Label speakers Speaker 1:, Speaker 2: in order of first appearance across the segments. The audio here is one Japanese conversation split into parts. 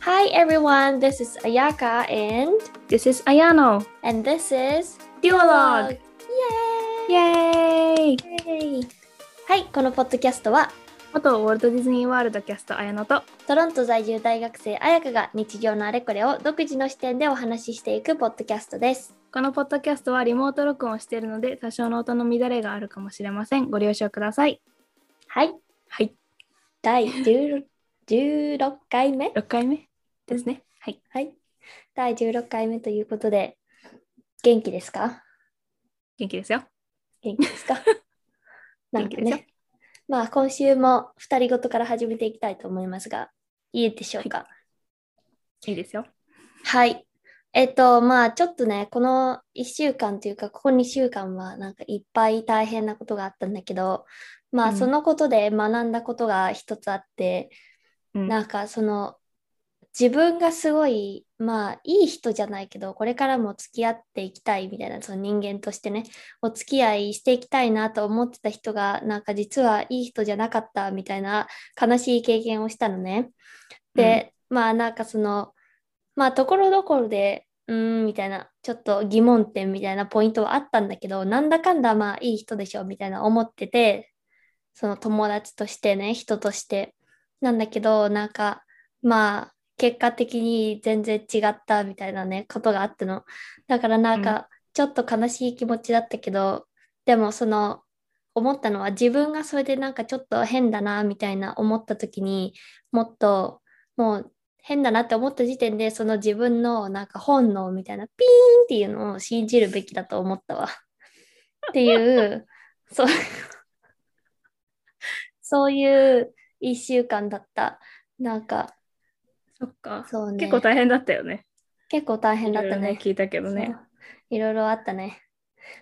Speaker 1: Hi everyone, this is Ayaka and
Speaker 2: This is Ayano.
Speaker 1: and this is
Speaker 2: Duologue.
Speaker 1: イ
Speaker 2: イ
Speaker 1: エ
Speaker 2: エーイ
Speaker 1: ーイはい、このポッドキャストは
Speaker 2: 元ウォルト・ディズニー・ワールドキャスト綾乃と
Speaker 1: トロント在住大学生彩香が日常のあれこれを独自の視点でお話ししていくポッドキャストです。
Speaker 2: このポッドキャストはリモート録音をしているので多少の音の乱れがあるかもしれませんご了承ください
Speaker 1: はい、
Speaker 2: はい
Speaker 1: 第16 16回目
Speaker 2: 6回目ですねはい
Speaker 1: はい、第16回目ということで元気ですか
Speaker 2: 元気ですよ
Speaker 1: 元気です かなんか
Speaker 2: 元気です
Speaker 1: ね。まあ今週も二人ごとから始めていきたいと思いますが、いいでしょうか。
Speaker 2: いいですよ
Speaker 1: はい。えっと、まあちょっとね、この1週間というか、ここ2週間はなんかいっぱい大変なことがあったんだけど、ま
Speaker 2: う
Speaker 1: あ
Speaker 2: ん
Speaker 1: そのことで学んだことが一つあって、
Speaker 2: うん
Speaker 1: なんかその自分がすごい、まあいい人じゃないけど、これからも付き合っていきたいみたいな、その人間としてね、お付き合いしていきたいなと思ってた人が、なんか実はいい人じゃなかったみたいな悲しい経験をしたのね。で、まあなんかその、まあところどころで、うーんみたいな、ちょっと疑問点みたいなポイントはあったんだけど、なんだかんだまあいい人でしょみたいな思ってて、その友達としてね、人として。なんだけど、なんかまあ結果的に全然違ったみたいなね、ことがあったの。だからなん
Speaker 2: う
Speaker 1: かちょっと悲しい気持ちだったけど、でもその思ったのは自分がそれでなんかちょっと変だなみたいな思った時にもっともう変だなって思った時点でその自分のなんか本能みたいなピーンっていうのを信じるべきだと思ったわ。っていうそう そういう1週間だった。なんか
Speaker 2: そっか、
Speaker 1: そうね
Speaker 2: 結構大変だったよね
Speaker 1: 結構大変だった
Speaker 2: いろいろ
Speaker 1: ね。
Speaker 2: 聞いたけど
Speaker 1: そ
Speaker 2: ね
Speaker 1: ういろいろあったね。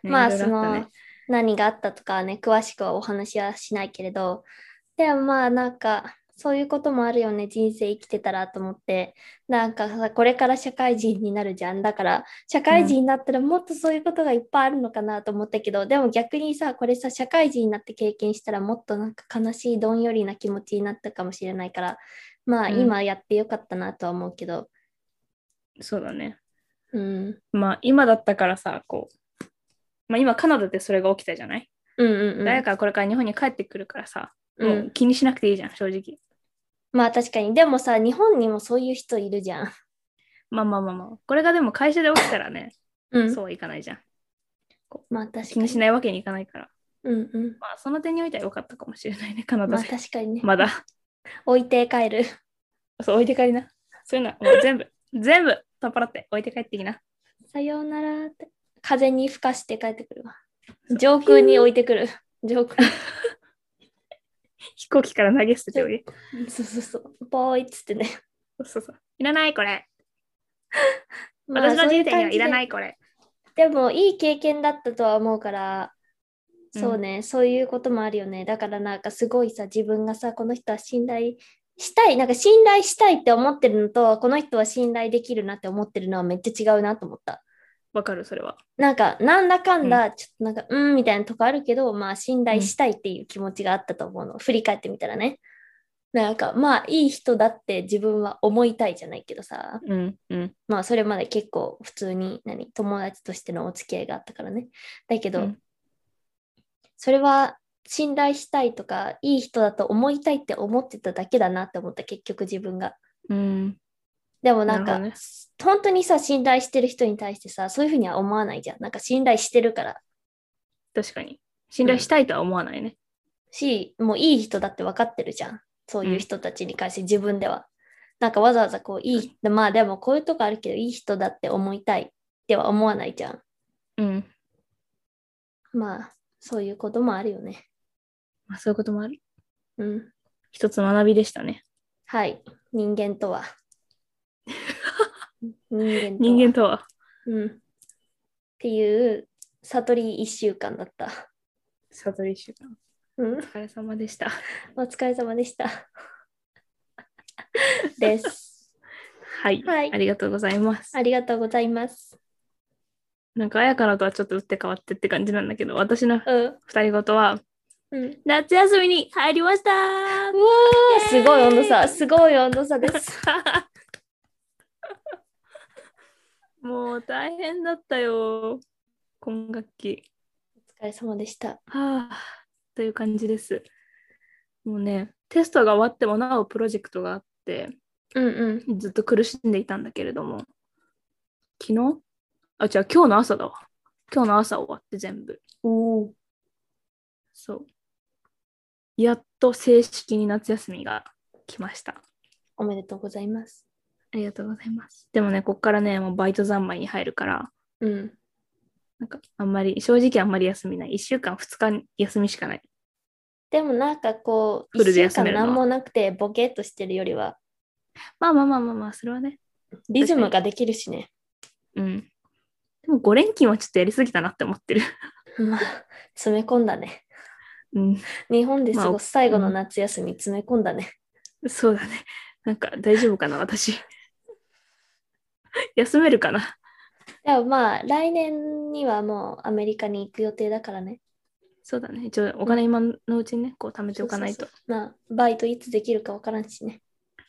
Speaker 2: ね
Speaker 1: まあ
Speaker 2: いろい
Speaker 1: そ
Speaker 2: ろった
Speaker 1: の
Speaker 2: ね
Speaker 1: 何があったとかはね詳しくはお話はしないけれどでもまあなんかそういうこともあるよね人生生きてたらと思ってなんかさこれから社会人になるじゃんだから社会人になったらもっとそういうことがいっぱいあるのかなと思ったけど、でも逆にさこれさ社会人になって経験したらもっとなんか悲しいどんよりな気持ちになったかもしれないからまあ
Speaker 2: うん
Speaker 1: 今やってよかったなとは思うけど
Speaker 2: そうだね
Speaker 1: うん、
Speaker 2: まあ今だったからさこうまあ今カナダでそれが起きたじゃない、
Speaker 1: うんうんうん
Speaker 2: 誰かはこれから日本に帰ってくるからさ、
Speaker 1: う、
Speaker 2: もうん気にしなくていいじゃん正直
Speaker 1: まあ確かにでもさ日本にもそういう人いるじゃん、
Speaker 2: まあまあまあまあこれがでも会社で起きたらね
Speaker 1: うん、
Speaker 2: そうはいかないじゃん。
Speaker 1: まあ確かに。
Speaker 2: 気にしないわけにいかないから。
Speaker 1: うんうん。
Speaker 2: まあ、その点においては良かったかもしれないね、カナ
Speaker 1: ま
Speaker 2: ダ
Speaker 1: あ
Speaker 2: で。
Speaker 1: 確かにね。
Speaker 2: まだ。
Speaker 1: 置いて帰る。
Speaker 2: そう、置いて帰りな。そういうのはもう全部、全部、取っ払って置いて帰ってきな。
Speaker 1: さようならって。風に吹かして帰ってくるわ。上空に置いてくる。上空に。
Speaker 2: 飛行機から投げ捨てておい で。
Speaker 1: そうそうそう。ぽーいっつってね。
Speaker 2: そうそうそう。いらない、これ。
Speaker 1: まあ
Speaker 2: 私の人生に
Speaker 1: そう
Speaker 2: は
Speaker 1: う感じで
Speaker 2: いらない、これ。
Speaker 1: でもいい経験だったとは思うから、そうね、そういうこともあるよね。だからなんかすごいさ、自分がさ、この人は信頼したい、なんか信頼したいって思ってるのと、この人は信頼できるなって思ってるのはめっちゃ違うなと思った。
Speaker 2: わかる、それは。
Speaker 1: なんか、なんだかん
Speaker 2: う
Speaker 1: だ、ちょっとなんか、うん、みたいなとこあるけど、まあ、信頼したいっていう気持ちがあったと思うの。振り返ってみたらね。なんか、まあ、いい人だって自分は思いたいじゃないけどさ、
Speaker 2: うん、うん。
Speaker 1: まあ、それまで結構普通に、何、友達としてのお付き合いがあったからね。だけど、
Speaker 2: うん
Speaker 1: それは、信頼したいとか、いい人だと思いたいって思ってただけだなって思った、結局自分が。
Speaker 2: うん。
Speaker 1: でもなん
Speaker 2: な
Speaker 1: か、
Speaker 2: るほどね
Speaker 1: 本当にさ、信頼してる人に対してさ、そういうふうには思わないじゃん。なんか、信頼してるから。
Speaker 2: 確かに。信頼したいとは思わないね。
Speaker 1: し、もういい人だって分かってるじゃん。そういう人たちに関して自分では。なんかわざわざこういい、まあでもこういうとこあるけど、いい人だって思いたいっては思わないじゃん。
Speaker 2: うん。
Speaker 1: まあ、そういうこともあるよね。
Speaker 2: まあ、そういうこともある。
Speaker 1: うん。
Speaker 2: 一つ学びでしたね。
Speaker 1: はい。人間とは。人間とは。
Speaker 2: 人間とは。
Speaker 1: うん。っていう悟り1週間だった。
Speaker 2: 悟り一週間。
Speaker 1: うん
Speaker 2: お。疲れ様でした。
Speaker 1: お疲れ様でした。です。
Speaker 2: はい。
Speaker 1: はい
Speaker 2: ありがとうございます。
Speaker 1: ありがとうございます。
Speaker 2: なんか、あやからとはちょっと打って変わってって感じなんだけど、私の
Speaker 1: うん。
Speaker 2: 二人ごとは、
Speaker 1: うん。
Speaker 2: 夏休みに入りました
Speaker 1: うわーすごい温度差、すごい温度差です。
Speaker 2: もう大変だったよ。今学期。
Speaker 1: お疲れ様でした。
Speaker 2: はあ、という感じです。もうね、テストが終わってもなおプロジェクトがあって、
Speaker 1: うんうん。
Speaker 2: ずっと苦しんでいたんだけれども、昨日あ、違う、今日の朝だわ。今日の朝終わって全部。
Speaker 1: おお。
Speaker 2: そう。やっと正式に夏休みが来ました。
Speaker 1: おめでとうございます。
Speaker 2: ありがとうございます。でもね、こっからね、もうバイト三昧に入るから、
Speaker 1: うん。
Speaker 2: なんかあんまり、正直あんまり休みない。1週間、2日休みしかない。
Speaker 1: でもなんかこう、
Speaker 2: フルで
Speaker 1: 1週
Speaker 2: 休
Speaker 1: 間
Speaker 2: めるのは
Speaker 1: 何もなくてボケっとしてるよりは、
Speaker 2: まあまあまあまあまあ、それはね。
Speaker 1: リズムができるしね。
Speaker 2: うん。でも5連勤はちょっとやりすぎたなって思ってる。
Speaker 1: まあ、詰め込んだね。
Speaker 2: うん。
Speaker 1: 日本で過
Speaker 2: まあ
Speaker 1: ごす最後の
Speaker 2: うん
Speaker 1: 夏休み詰め込んだね。
Speaker 2: そうだね。なんか大丈夫かな、私。休めるかな。
Speaker 1: でもまあ、来年にはもうアメリカに行く予定だからね。
Speaker 2: そうだね。一応、お金今のうちにね、こう貯めておかないと。
Speaker 1: まあ、バイトいつできるかわからんしね。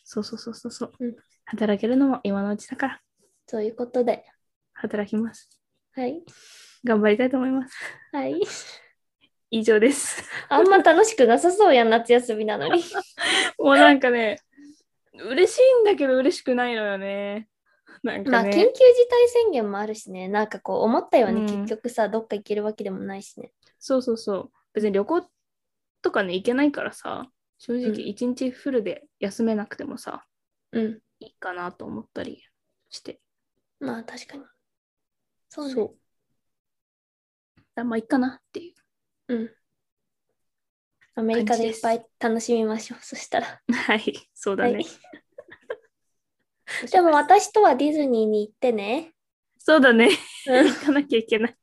Speaker 2: そうそうそうそうそう。
Speaker 1: うん
Speaker 2: 働けるのも今のうちだから、
Speaker 1: ということで、
Speaker 2: 働きます。
Speaker 1: はい。
Speaker 2: 頑張りたいと思います。
Speaker 1: はい。
Speaker 2: 以上です。
Speaker 1: あんま楽しくなさそうやん、夏休みなのに。
Speaker 2: もうなんかね、嬉しいんだけど嬉しくないのよね。なん
Speaker 1: ま
Speaker 2: か
Speaker 1: あ、緊急事
Speaker 2: ね。
Speaker 1: 態宣言もあるしね、なんかこう、思ったように
Speaker 2: うん
Speaker 1: 結局さ、どっか行けるわけでもないしね。
Speaker 2: そうそうそう。別に旅行とかね、行けないからさ、正
Speaker 1: うん
Speaker 2: 直一日フルで休めなくてもさ、
Speaker 1: うん。
Speaker 2: いいかなと思ったりして。
Speaker 1: まあ、確かに。そ
Speaker 2: そう
Speaker 1: ね。
Speaker 2: う。あまあいいかなっていう。
Speaker 1: うん。アメリカでいっぱい楽しみましょう、そしたら。
Speaker 2: はい、そうだ
Speaker 1: は
Speaker 2: ね。
Speaker 1: い。でも私とはディズニーに行ってね。
Speaker 2: そうだね。
Speaker 1: うん
Speaker 2: 行かなきゃいけない。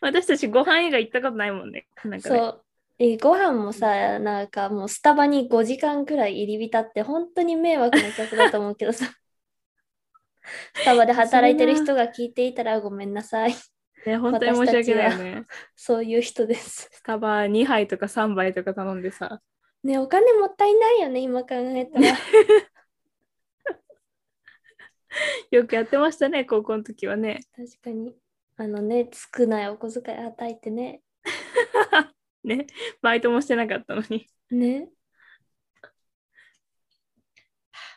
Speaker 2: 私たちご飯以外行ったことないもんね。なんか
Speaker 1: そ
Speaker 2: ね
Speaker 1: う。えご飯もさ、なんかもうスタバに5時間くらい入り浸って、本当に迷惑な客だと思うけど さ。スタバで働いてる人が聞いていたらごめんなさい。
Speaker 2: ね、本当に申し訳ないよね。
Speaker 1: そういう人です。
Speaker 2: スタバ2杯とか3杯とか頼んでさ。
Speaker 1: ね、お金もったいないよね、今考えたら。
Speaker 2: よくやってましたね、高校の時はね。
Speaker 1: 確かに。あのね、少ないお小遣い与えてね。
Speaker 2: ね、バイトもしてなかったのに。
Speaker 1: ね。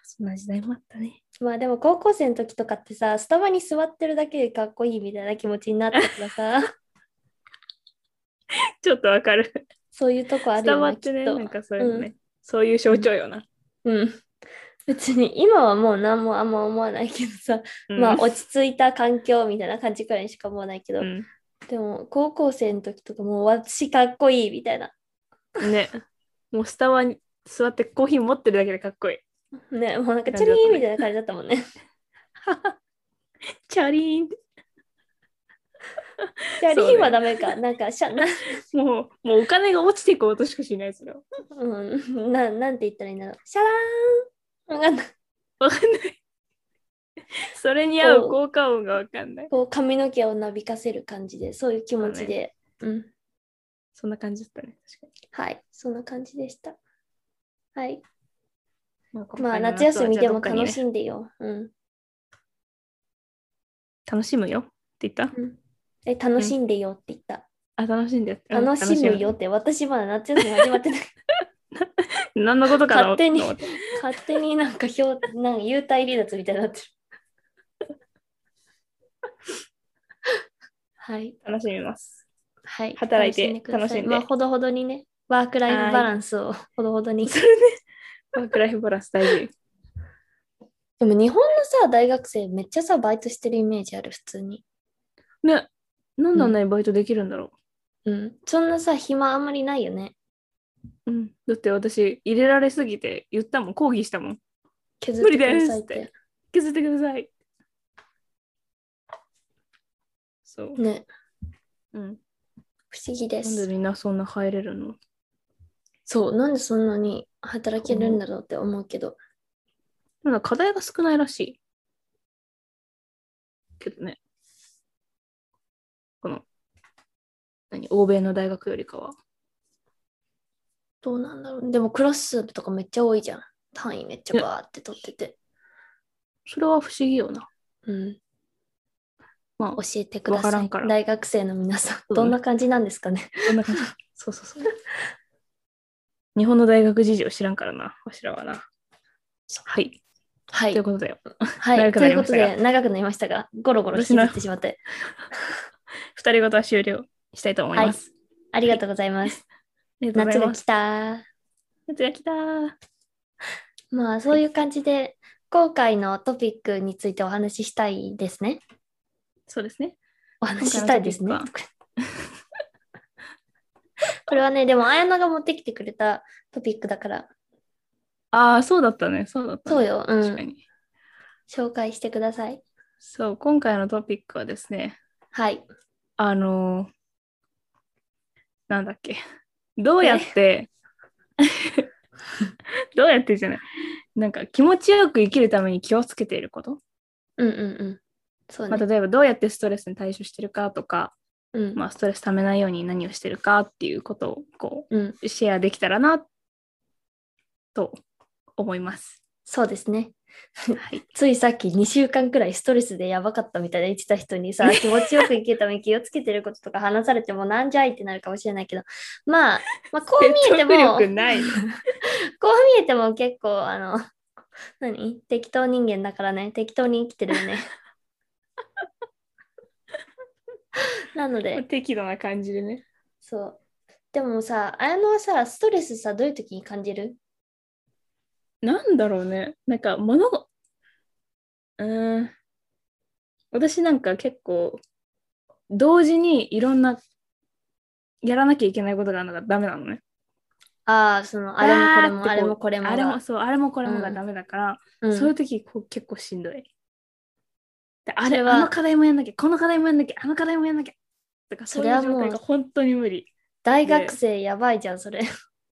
Speaker 2: そんな時代もあったね。
Speaker 1: まあでも高校生の時とかってさ、スタバに座ってるだけでかっこいいみたいな気持ちになったから さ、
Speaker 2: ちょっとわかる。
Speaker 1: そういうとこあ
Speaker 2: ス
Speaker 1: る
Speaker 2: タ
Speaker 1: よ
Speaker 2: バ
Speaker 1: ね、
Speaker 2: って
Speaker 1: き
Speaker 2: ね、
Speaker 1: っと
Speaker 2: なんかそういうのね、そういう象徴よな。
Speaker 1: うん。別に今はもう何もあんま思わないけどさ、
Speaker 2: うん
Speaker 1: まあ落ち着いた環境みたいな感じくらいにしか思わないけど、
Speaker 2: う
Speaker 1: でも高校生の時とかもう私かっこいいみたいな。
Speaker 2: ん、ね、もうスタバに座ってコーヒー持ってるだけでかっこいい。
Speaker 1: ね、もうなんかチ
Speaker 2: 感じ
Speaker 1: ャリーン
Speaker 2: だったね
Speaker 1: みたいな感じだったもんね。
Speaker 2: チャリーンって
Speaker 1: チャリ
Speaker 2: そう
Speaker 1: ーン
Speaker 2: ね
Speaker 1: はダメか。なんかし ゃな、
Speaker 2: もう、もうお金が落ちていこうとしかしないですよ。
Speaker 1: うん、な なんて言ったらいいんだろう。シャラーンわかんない。
Speaker 2: わかんない。それに合う効果音がわかんない。
Speaker 1: こう髪の毛をなびかせる感じで、そういう気持ちで。うん。
Speaker 2: そんな感じだったね。確か
Speaker 1: は
Speaker 2: に
Speaker 1: い、そんな感じでした。はい。
Speaker 2: まあ
Speaker 1: ま
Speaker 2: 今
Speaker 1: あ
Speaker 2: 回の
Speaker 1: 夏休みでも
Speaker 2: 夏はじゃ
Speaker 1: 楽
Speaker 2: あどっかにね
Speaker 1: しんでよ。うん。
Speaker 2: 楽しむよって言った
Speaker 1: え、楽しんでよって言った。
Speaker 2: あ、楽しんでやってうん
Speaker 1: 楽しむよって、私まだ夏休み始まってない。
Speaker 2: む何のことかな
Speaker 1: 勝手に
Speaker 2: と思って
Speaker 1: 勝手になんか表、なんか幽体離脱みたいにな ってる。はい。
Speaker 2: 楽しみます。
Speaker 1: はい。
Speaker 2: 働いて
Speaker 1: くださ
Speaker 2: 楽しんで
Speaker 1: まあ、ほどほどにね、ワークライフバランスをほどほど に。
Speaker 2: ワークライフバランス大事。
Speaker 1: でも日本のさ、大学生めっちゃさ、バイトしてるイメージある、普通に。
Speaker 2: ね、なんであんなにバイトできるんだろ
Speaker 1: うん。そんなさ、暇あんまりないよね。
Speaker 2: う。うん。だって私、入れられすぎて言ったもん、抗議したもん。
Speaker 1: 削ってくださいっ
Speaker 2: 無理
Speaker 1: て。
Speaker 2: 削ってください。そう。
Speaker 1: ね、
Speaker 2: うん。
Speaker 1: 不思議で。
Speaker 2: なんですみんなそんな入れるの
Speaker 1: そう、なんでそんなに働けるんだろうって思うけど。
Speaker 2: まだ課題が少ないらしい。けどね。この、何、欧米の大学よりかは。
Speaker 1: どうなんだろう。でもクラス数とかめっちゃ多いじゃん。単位めっちゃバーって取ってて。
Speaker 2: それは不思議よな。
Speaker 1: うん。
Speaker 2: まあ、
Speaker 1: 教えてくだ
Speaker 2: わか
Speaker 1: さ
Speaker 2: らん
Speaker 1: い
Speaker 2: から。
Speaker 1: 大学生の皆さ
Speaker 2: う
Speaker 1: ん、
Speaker 2: ん
Speaker 1: どんな感じなんですかね。
Speaker 2: そんな感じ。そうそうそう。日本の大学事情知らんからな、わしらはな。はい。
Speaker 1: は
Speaker 2: と
Speaker 1: い
Speaker 2: いう。ことで、
Speaker 1: はい。
Speaker 2: 長く
Speaker 1: と
Speaker 2: な
Speaker 1: いう
Speaker 2: り
Speaker 1: こ
Speaker 2: まし
Speaker 1: と
Speaker 2: たが
Speaker 1: で、長くなりましたが、ゴロゴロ引きずってしまって。
Speaker 2: 二人ごとは終了したいと思い
Speaker 1: はい
Speaker 2: ます。。
Speaker 1: ありがとうございます。
Speaker 2: ありがとうご
Speaker 1: 夏
Speaker 2: ざい
Speaker 1: が
Speaker 2: ま
Speaker 1: 来
Speaker 2: す。
Speaker 1: た。
Speaker 2: 夏が来たー。
Speaker 1: まあ、そういう感じで、今回のトピックについてお話ししたいですね。
Speaker 2: そうですね。
Speaker 1: お話ししたいですね
Speaker 2: 今回のト。
Speaker 1: これはね、でも、綾菜が持ってきてくれたトピックだから、
Speaker 2: ああ、そうだったね。そうだった、ね。
Speaker 1: そうよ、う
Speaker 2: 確か
Speaker 1: ん、
Speaker 2: に。
Speaker 1: 紹介してください。
Speaker 2: そう、今回のトピックはですね、
Speaker 1: はい。
Speaker 2: あのーなんだっけ。どうや って、どうやってじゃない。なんか気持ちよく生きるために気をつけていること。
Speaker 1: うんうんうん。そう
Speaker 2: まあ、
Speaker 1: ね。
Speaker 2: 例えばどうやってストレスに対処してるかとか、
Speaker 1: うん
Speaker 2: まあ、ストレスためないように何をしてるかっていうことをこ
Speaker 1: うん。
Speaker 2: うシェアできたらなと思います。
Speaker 1: そうですね。
Speaker 2: はい、
Speaker 1: ついさっき2週間くらいストレスでやばかったみたいな言ってた人にさ、気持ちよく生きるために気をつけてることとか話されてもなんじゃいってなるかもしれないけど、まあ、 まあ、こう見えても、
Speaker 2: 説得力な いね
Speaker 1: こう見えても結構、あの、何適当人間だからね、適当に生きてるよ ね。なので、
Speaker 2: 適度な感じでね。
Speaker 1: そう。でもさ、綾乃はさ、ストレスさ、どういう時に感じる
Speaker 2: なんだろうね。なんか物が、うーん。私なんか結構、同時にいろんな、やらなきゃいけないことがあるのがダメなのね。
Speaker 1: ああ、その、あれもこれも、あ
Speaker 2: わーって
Speaker 1: れ
Speaker 2: こう
Speaker 1: もこれもが。
Speaker 2: あれもそう、あれもこれも
Speaker 1: う
Speaker 2: が
Speaker 1: ん
Speaker 2: ダメだから、
Speaker 1: うん
Speaker 2: そういう時こう結構しんどい。であ
Speaker 1: そ
Speaker 2: れ
Speaker 1: れは
Speaker 2: あの課題もやんなきゃ、この課題もやんなきゃ、あの課題もやんなきゃ。とかそ
Speaker 1: そうれ
Speaker 2: いう
Speaker 1: はもう
Speaker 2: 状態が本当に無理。
Speaker 1: 大学生やばいじゃん、それ。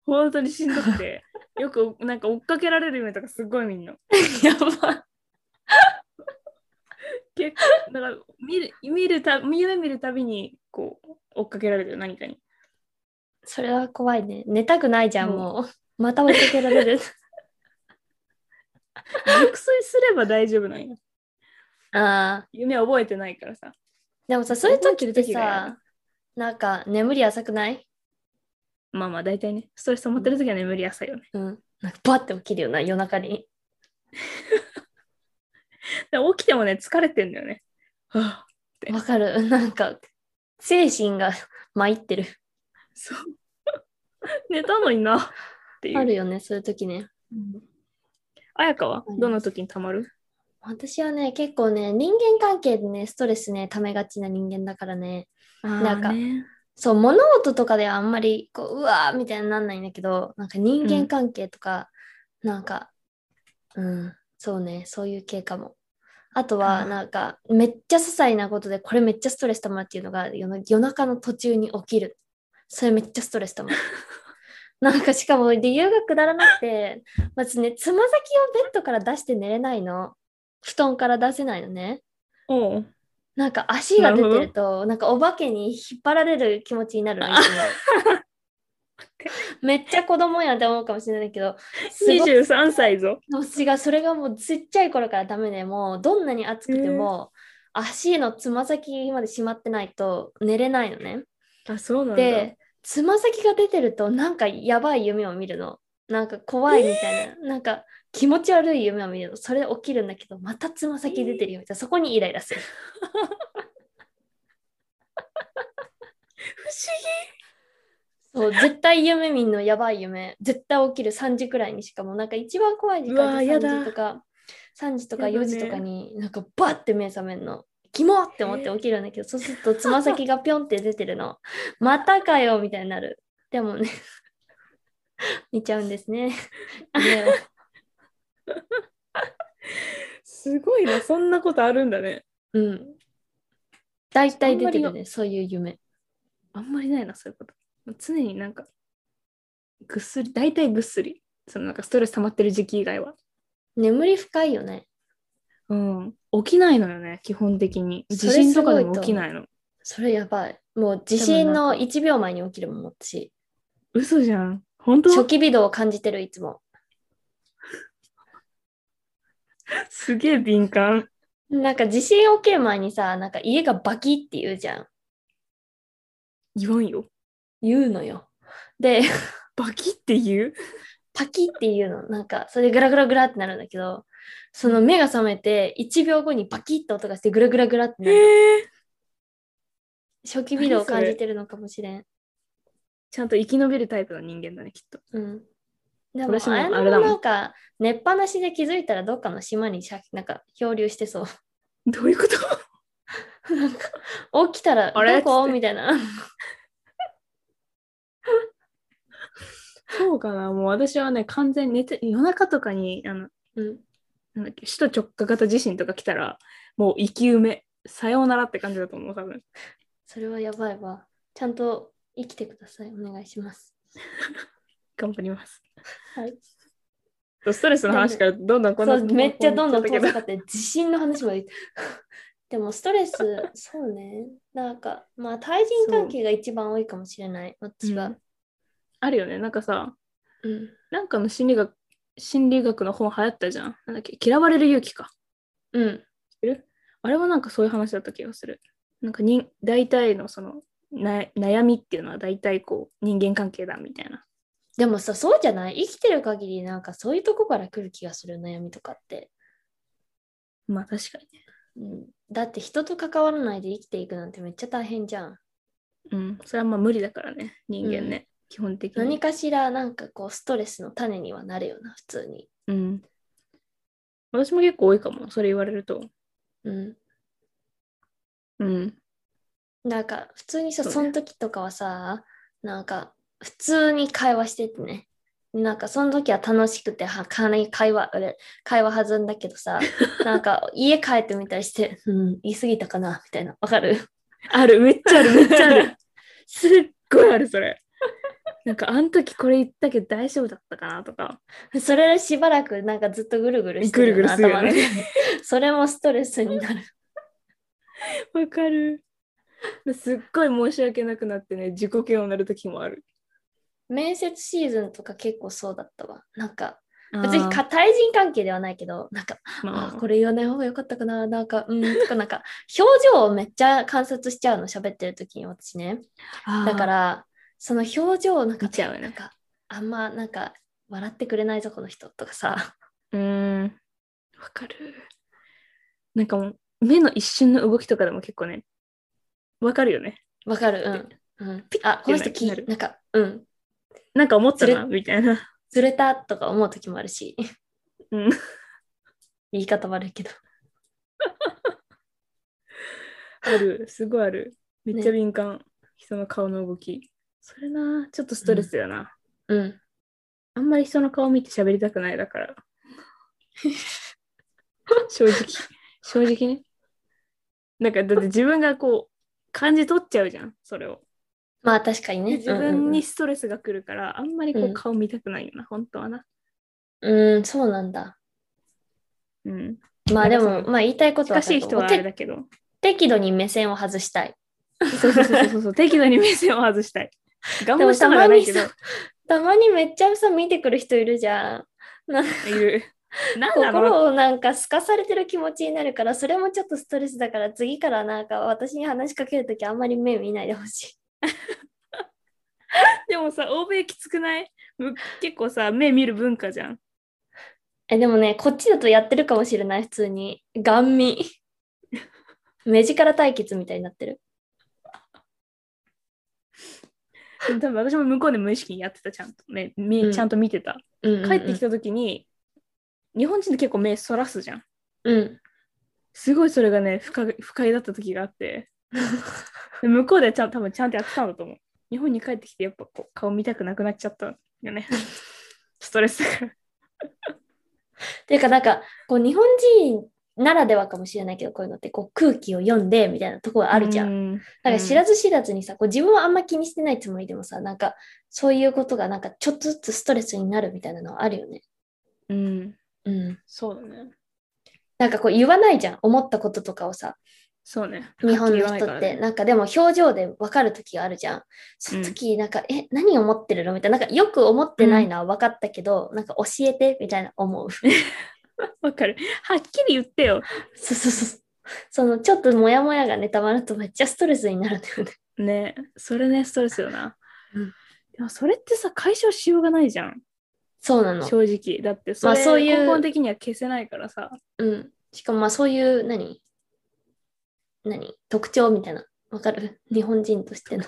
Speaker 2: 本当にしんどくて。 よくなんか追っかけられる夢とかすごいみんな。
Speaker 1: やば
Speaker 2: 結構だから見る見るた夢見るたびにこう追っかけられる何かに。
Speaker 1: それは怖いね。寝たくないじゃん、
Speaker 2: うん
Speaker 1: もう。また追いかけられる。
Speaker 2: 熟睡すれば大丈夫なんよ。
Speaker 1: ああ。
Speaker 2: 夢覚えてないからさ。
Speaker 1: でもさ、そういう
Speaker 2: 覚えて
Speaker 1: 時
Speaker 2: る
Speaker 1: って
Speaker 2: 時が嫌
Speaker 1: さ、なんか眠り浅くない
Speaker 2: まあまあ大体ね、ストレス溜まってる時は眠りやすいよね。
Speaker 1: うん。なんかバッて起きるよな、夜中に。
Speaker 2: で起きてもね、疲れてんだよね。はあ、え
Speaker 1: わかる。なんか、精神が参ってる。
Speaker 2: そう。 寝たのにな。っていう。
Speaker 1: あるよね、そういう時ね。
Speaker 2: あやかは
Speaker 1: うん
Speaker 2: どんな時にたまる
Speaker 1: 私はね、結構ね、人間関係でね、ストレスね、ためがちな人間だからね、なんか
Speaker 2: あーね
Speaker 1: そう、物事とかではあんまり、こう、うわーみたいになんないんだけど、なんか人間関係とか、なんか、うん、そうね、そういう系かも。あと
Speaker 2: あ
Speaker 1: は、
Speaker 2: ー
Speaker 1: なんか、めっちゃ些細なことで、これめっちゃストレス溜まるっていうのが、夜な夜中の途中に起きる。それめっちゃストレス溜 まる。なんか、しかも理由がくだらなくて、まずね、つま先をベッドから出して寝れないの。布団から出せないのね。
Speaker 2: おう
Speaker 1: なんか足が出てると、なんかお化けに引っ張られる気持ちに なるのいつもめっちゃ子供やんって思うかもしれないけど、 すごい
Speaker 2: 23歳ぞ。
Speaker 1: 私がそれがもうちっちゃい頃からダメで、もうどんなに暑くても、足のつま先までしまってないと寝れないのね。
Speaker 2: あ、そうなんだ。
Speaker 1: で、つま先が出てるとなんかやばい夢を見るの。なんか怖いみたいな、なんか気持ち悪い夢を見るの。それ起きるんだけど、またつま先出てるよみたいな、そこにイライラする。
Speaker 2: 不思
Speaker 1: そう絶対夢見んのやばい夢絶対起きる3時くらいにしかもなんか一番怖い時
Speaker 2: うわ
Speaker 1: 間
Speaker 2: ー
Speaker 1: で
Speaker 2: やだ
Speaker 1: 3時とか3時とか
Speaker 2: やだ
Speaker 1: 4
Speaker 2: ね
Speaker 1: 時とかになんかバッて目覚めるのキモって思って起きるんだけど、そうするとつま先がピョンって出てるの またかよみたいになるでもね 見ちゃうんですね夢を
Speaker 2: 議。すごいな、そんなことあるんだね。
Speaker 1: うん大体出て
Speaker 2: あ
Speaker 1: る
Speaker 2: んま
Speaker 1: ねそういう夢
Speaker 2: あんまりないな、そういうこと。常になんか、ぐっすり、大体ぐっすり。そのなんかストレス溜まってる時期以外は。
Speaker 1: 眠り深いよね
Speaker 2: うん。起きないのよね、基本的に。
Speaker 1: そ
Speaker 2: 地
Speaker 1: れ
Speaker 2: 震とかでも起きないの。
Speaker 1: それやばいもう地震
Speaker 2: 多分な
Speaker 1: の
Speaker 2: んか
Speaker 1: 1秒前に起きるもん私
Speaker 2: 嘘じゃん。本当
Speaker 1: 初期微動を感じてるいつも
Speaker 2: すげえ敏感。
Speaker 1: なんか地震起きる前にさ、なんか家がバキって言うじゃん。
Speaker 2: 言わんよ。
Speaker 1: 言うのよ。で、
Speaker 2: バキって言う
Speaker 1: パキっていうの、なんかそれグラグラグラってなるんだけど、その目が覚めて1秒後にバキって音がしてグラグラグラってなる。
Speaker 2: え
Speaker 1: 初期微動を感
Speaker 2: 何それ
Speaker 1: じてるのかもしれん。
Speaker 2: ちゃんと生き延びるタイプの人間だね、きっと。
Speaker 1: うん。でも、
Speaker 2: 私も
Speaker 1: あれ
Speaker 2: あれだ
Speaker 1: も
Speaker 2: もん
Speaker 1: なんか、寝っぱなしで気づいたらどっかの島にしゃなんか漂流してそう。
Speaker 2: どういうこと
Speaker 1: なんか、起きたら
Speaker 2: あれ
Speaker 1: どこ
Speaker 2: つって
Speaker 1: みたいな。
Speaker 2: そうかなもう私はね、完全に寝て、夜中とかに、あの、
Speaker 1: うん。
Speaker 2: なんだっけ、首都直下型地震とか来たら、もう生き埋め、さようならって感じだと思う、多分。
Speaker 1: それはやばいわ。ちゃんと生きてください。お願いします。
Speaker 2: 頑張ります。
Speaker 1: はい。
Speaker 2: そうストレスの話からどんどんこん
Speaker 1: そ
Speaker 2: な
Speaker 1: う、めっちゃどんどん
Speaker 2: こ
Speaker 1: 遠
Speaker 2: な
Speaker 1: ざかって、地震の話まで。 でも、スト レス、そうね。なんか、まあ、対人関係が一番多いかもしれない。私
Speaker 2: う
Speaker 1: は
Speaker 2: ん。あるよね、なんかさ、
Speaker 1: うん。
Speaker 2: なんかの心理学、心理学の本流行ったじゃん。なんだっけ、嫌われる勇気か。
Speaker 1: うん。
Speaker 2: あれはなんかそういう話だった気がする。なんかに大体のそのな悩みっていうのは大体こう人間関係だみたいな。
Speaker 1: でもさ、そうじゃない生きてる限り、なんかそういうとこから来る気がする悩みとかって。
Speaker 2: まあ確かにね。
Speaker 1: うんだって人と関わらないで生きていくなんてめっちゃ大変じゃん。
Speaker 2: うん。それはまあ無理だからね、人間ね。基本的に。
Speaker 1: 何かしらなんかこうストレスの種にはなるよな、普通に。
Speaker 2: うん。私も結構多いかも、それ言われると。
Speaker 1: うん。
Speaker 2: うん。
Speaker 1: なんか普通にさ、
Speaker 2: そうね
Speaker 1: その時とかはさ、なんか普通に会話しててね。なんかその時は楽しくてはかなり会話あれ会話弾んだけど さなんか家帰ってみたりして、うん、言い過ぎたかなみたいなわかる
Speaker 2: ある、めっちゃある、めっちゃあ る。すっごいある、そ れ。なんか、あの時これ言ったけど大丈夫だったかなとか。
Speaker 1: それしばらくなんかずっとぐるぐるして
Speaker 2: ぐるぐ
Speaker 1: る
Speaker 2: る
Speaker 1: な
Speaker 2: するよ
Speaker 1: 頭の中
Speaker 2: ね。
Speaker 1: でそれもストレスになる
Speaker 2: わかる。すっごい申し訳なくなってね、自己嫌悪になる時もある。
Speaker 1: 面接シーズンとか結構そうだったわ。なんか、別にか対人関係ではないけど、なんか、あ
Speaker 2: ま
Speaker 1: ー
Speaker 2: あ、
Speaker 1: これ言わない方が良かったかな、なんか、うん、とか、なんか、 表情をめっちゃ観察しちゃうの、喋ってる時に私ね。だか
Speaker 2: あ
Speaker 1: ら、その表情をなんか、
Speaker 2: 見ちゃうよね
Speaker 1: なんか、あんま、なんか、笑ってくれないぞ、この人とかさ。
Speaker 2: ー、うーん、わかる。なんかもう、目の一瞬の動きとかでも結構ね、 わかるよね。
Speaker 1: わかるうん。うん、あ、この人
Speaker 2: ピッてな
Speaker 1: き、
Speaker 2: る
Speaker 1: なんか、うん、
Speaker 2: なんか思った
Speaker 1: ず
Speaker 2: な、みたいな。
Speaker 1: ずれたとか思う時もあるし、
Speaker 2: うん、
Speaker 1: 言い方悪いけど。
Speaker 2: ある、すごいある。めっちゃ
Speaker 1: ね
Speaker 2: 敏感、人の顔の動き。それな、ちょっとストレスだよな。
Speaker 1: うん。
Speaker 2: あんまり人の顔見て喋りたくないだ から。正直。正直ね。なんかだって自分がこう感じ取っちゃうじゃん、それを。
Speaker 1: まあ、確かにね。
Speaker 2: 自
Speaker 1: うんうんう
Speaker 2: 分
Speaker 1: ん
Speaker 2: にストレスが来るから、あんまりこ
Speaker 1: うん
Speaker 2: う顔見たくないよな、本当はな。
Speaker 1: うん、そうなんだ。
Speaker 2: うん。
Speaker 1: まあで
Speaker 2: なんか
Speaker 1: も、
Speaker 2: そ
Speaker 1: まあ言いたいこと
Speaker 2: 近
Speaker 1: は
Speaker 2: しい人はあれだけど。
Speaker 1: て適度に目線を外したい。
Speaker 2: そうそうそうそうそう、適度に目線を外 したい。我慢したからないけど、い
Speaker 1: たまにめっちゃさ、見てくる人いるじゃん。
Speaker 2: る。なんだろう
Speaker 1: 心をなんかすかされてる気持ちになるから、それもちょっとストレスだから、次からなんか私に話しかけるときあんまり目見ないでほしい。
Speaker 2: でもさ、欧米きつくないむ結構さ、目見る文化じゃん。
Speaker 1: え、でもね、こっちだとやってるかもしれない、普通に。ガン見。 目力対決みたいになってる。
Speaker 2: でも多分私も向こうで無意識にやってた、ちゃんと。目目
Speaker 1: うん
Speaker 2: ちゃんと見てた。帰
Speaker 1: 帰
Speaker 2: ってきた時に、日本人って結構目そらすじゃん。
Speaker 1: うん。
Speaker 2: すごいそれがね、不快不快だった時があって。で向こうでちゃん多分ちゃんとやってたんだと思う。日本に帰ってきてやっぱこう顔見たくなくなっちゃったよね。 ストレスだから。
Speaker 1: ていうかなんか、こう日本人ならではかもしれないけど、こういうのってこう空気を読んでみたいなとこがあるじゃん
Speaker 2: う。
Speaker 1: なんか知らず知らずにさ、こう自分はあんま気にしてないつもりでもさ、なんかそういうことがなんかちょっとずつストレスになるみたいなのはあるよね。
Speaker 2: うん。
Speaker 1: うん。
Speaker 2: そうだね。
Speaker 1: なんかこう言わないじゃん、思ったこととかをさ、
Speaker 2: そうね。
Speaker 1: 日本の
Speaker 2: はっきり言わない
Speaker 1: 人
Speaker 2: か
Speaker 1: っ
Speaker 2: ら
Speaker 1: て、
Speaker 2: ね
Speaker 1: なんかでも表情でわかる時があるじゃん。その時、なんか、え、何思ってるのみたいな、なんかよく思ってないのは分かったけど、なんか教えてみたいな思う。
Speaker 2: わかる。はっきり言ってよ。
Speaker 1: そうそうそう。そのちょっとモヤモヤがね、たまるとめっちゃストレスになるんだよね。
Speaker 2: ねそれね、ストレスよな。
Speaker 1: うん
Speaker 2: でもそれってさ、解消しようがないじゃん。
Speaker 1: そうなの。
Speaker 2: 正直。だってそ
Speaker 1: ま
Speaker 2: れ、
Speaker 1: あそういう
Speaker 2: 根本的には消せないからさ。
Speaker 1: うん。しかもまあそういう、何何特徴みたいな。わかる日本人としての。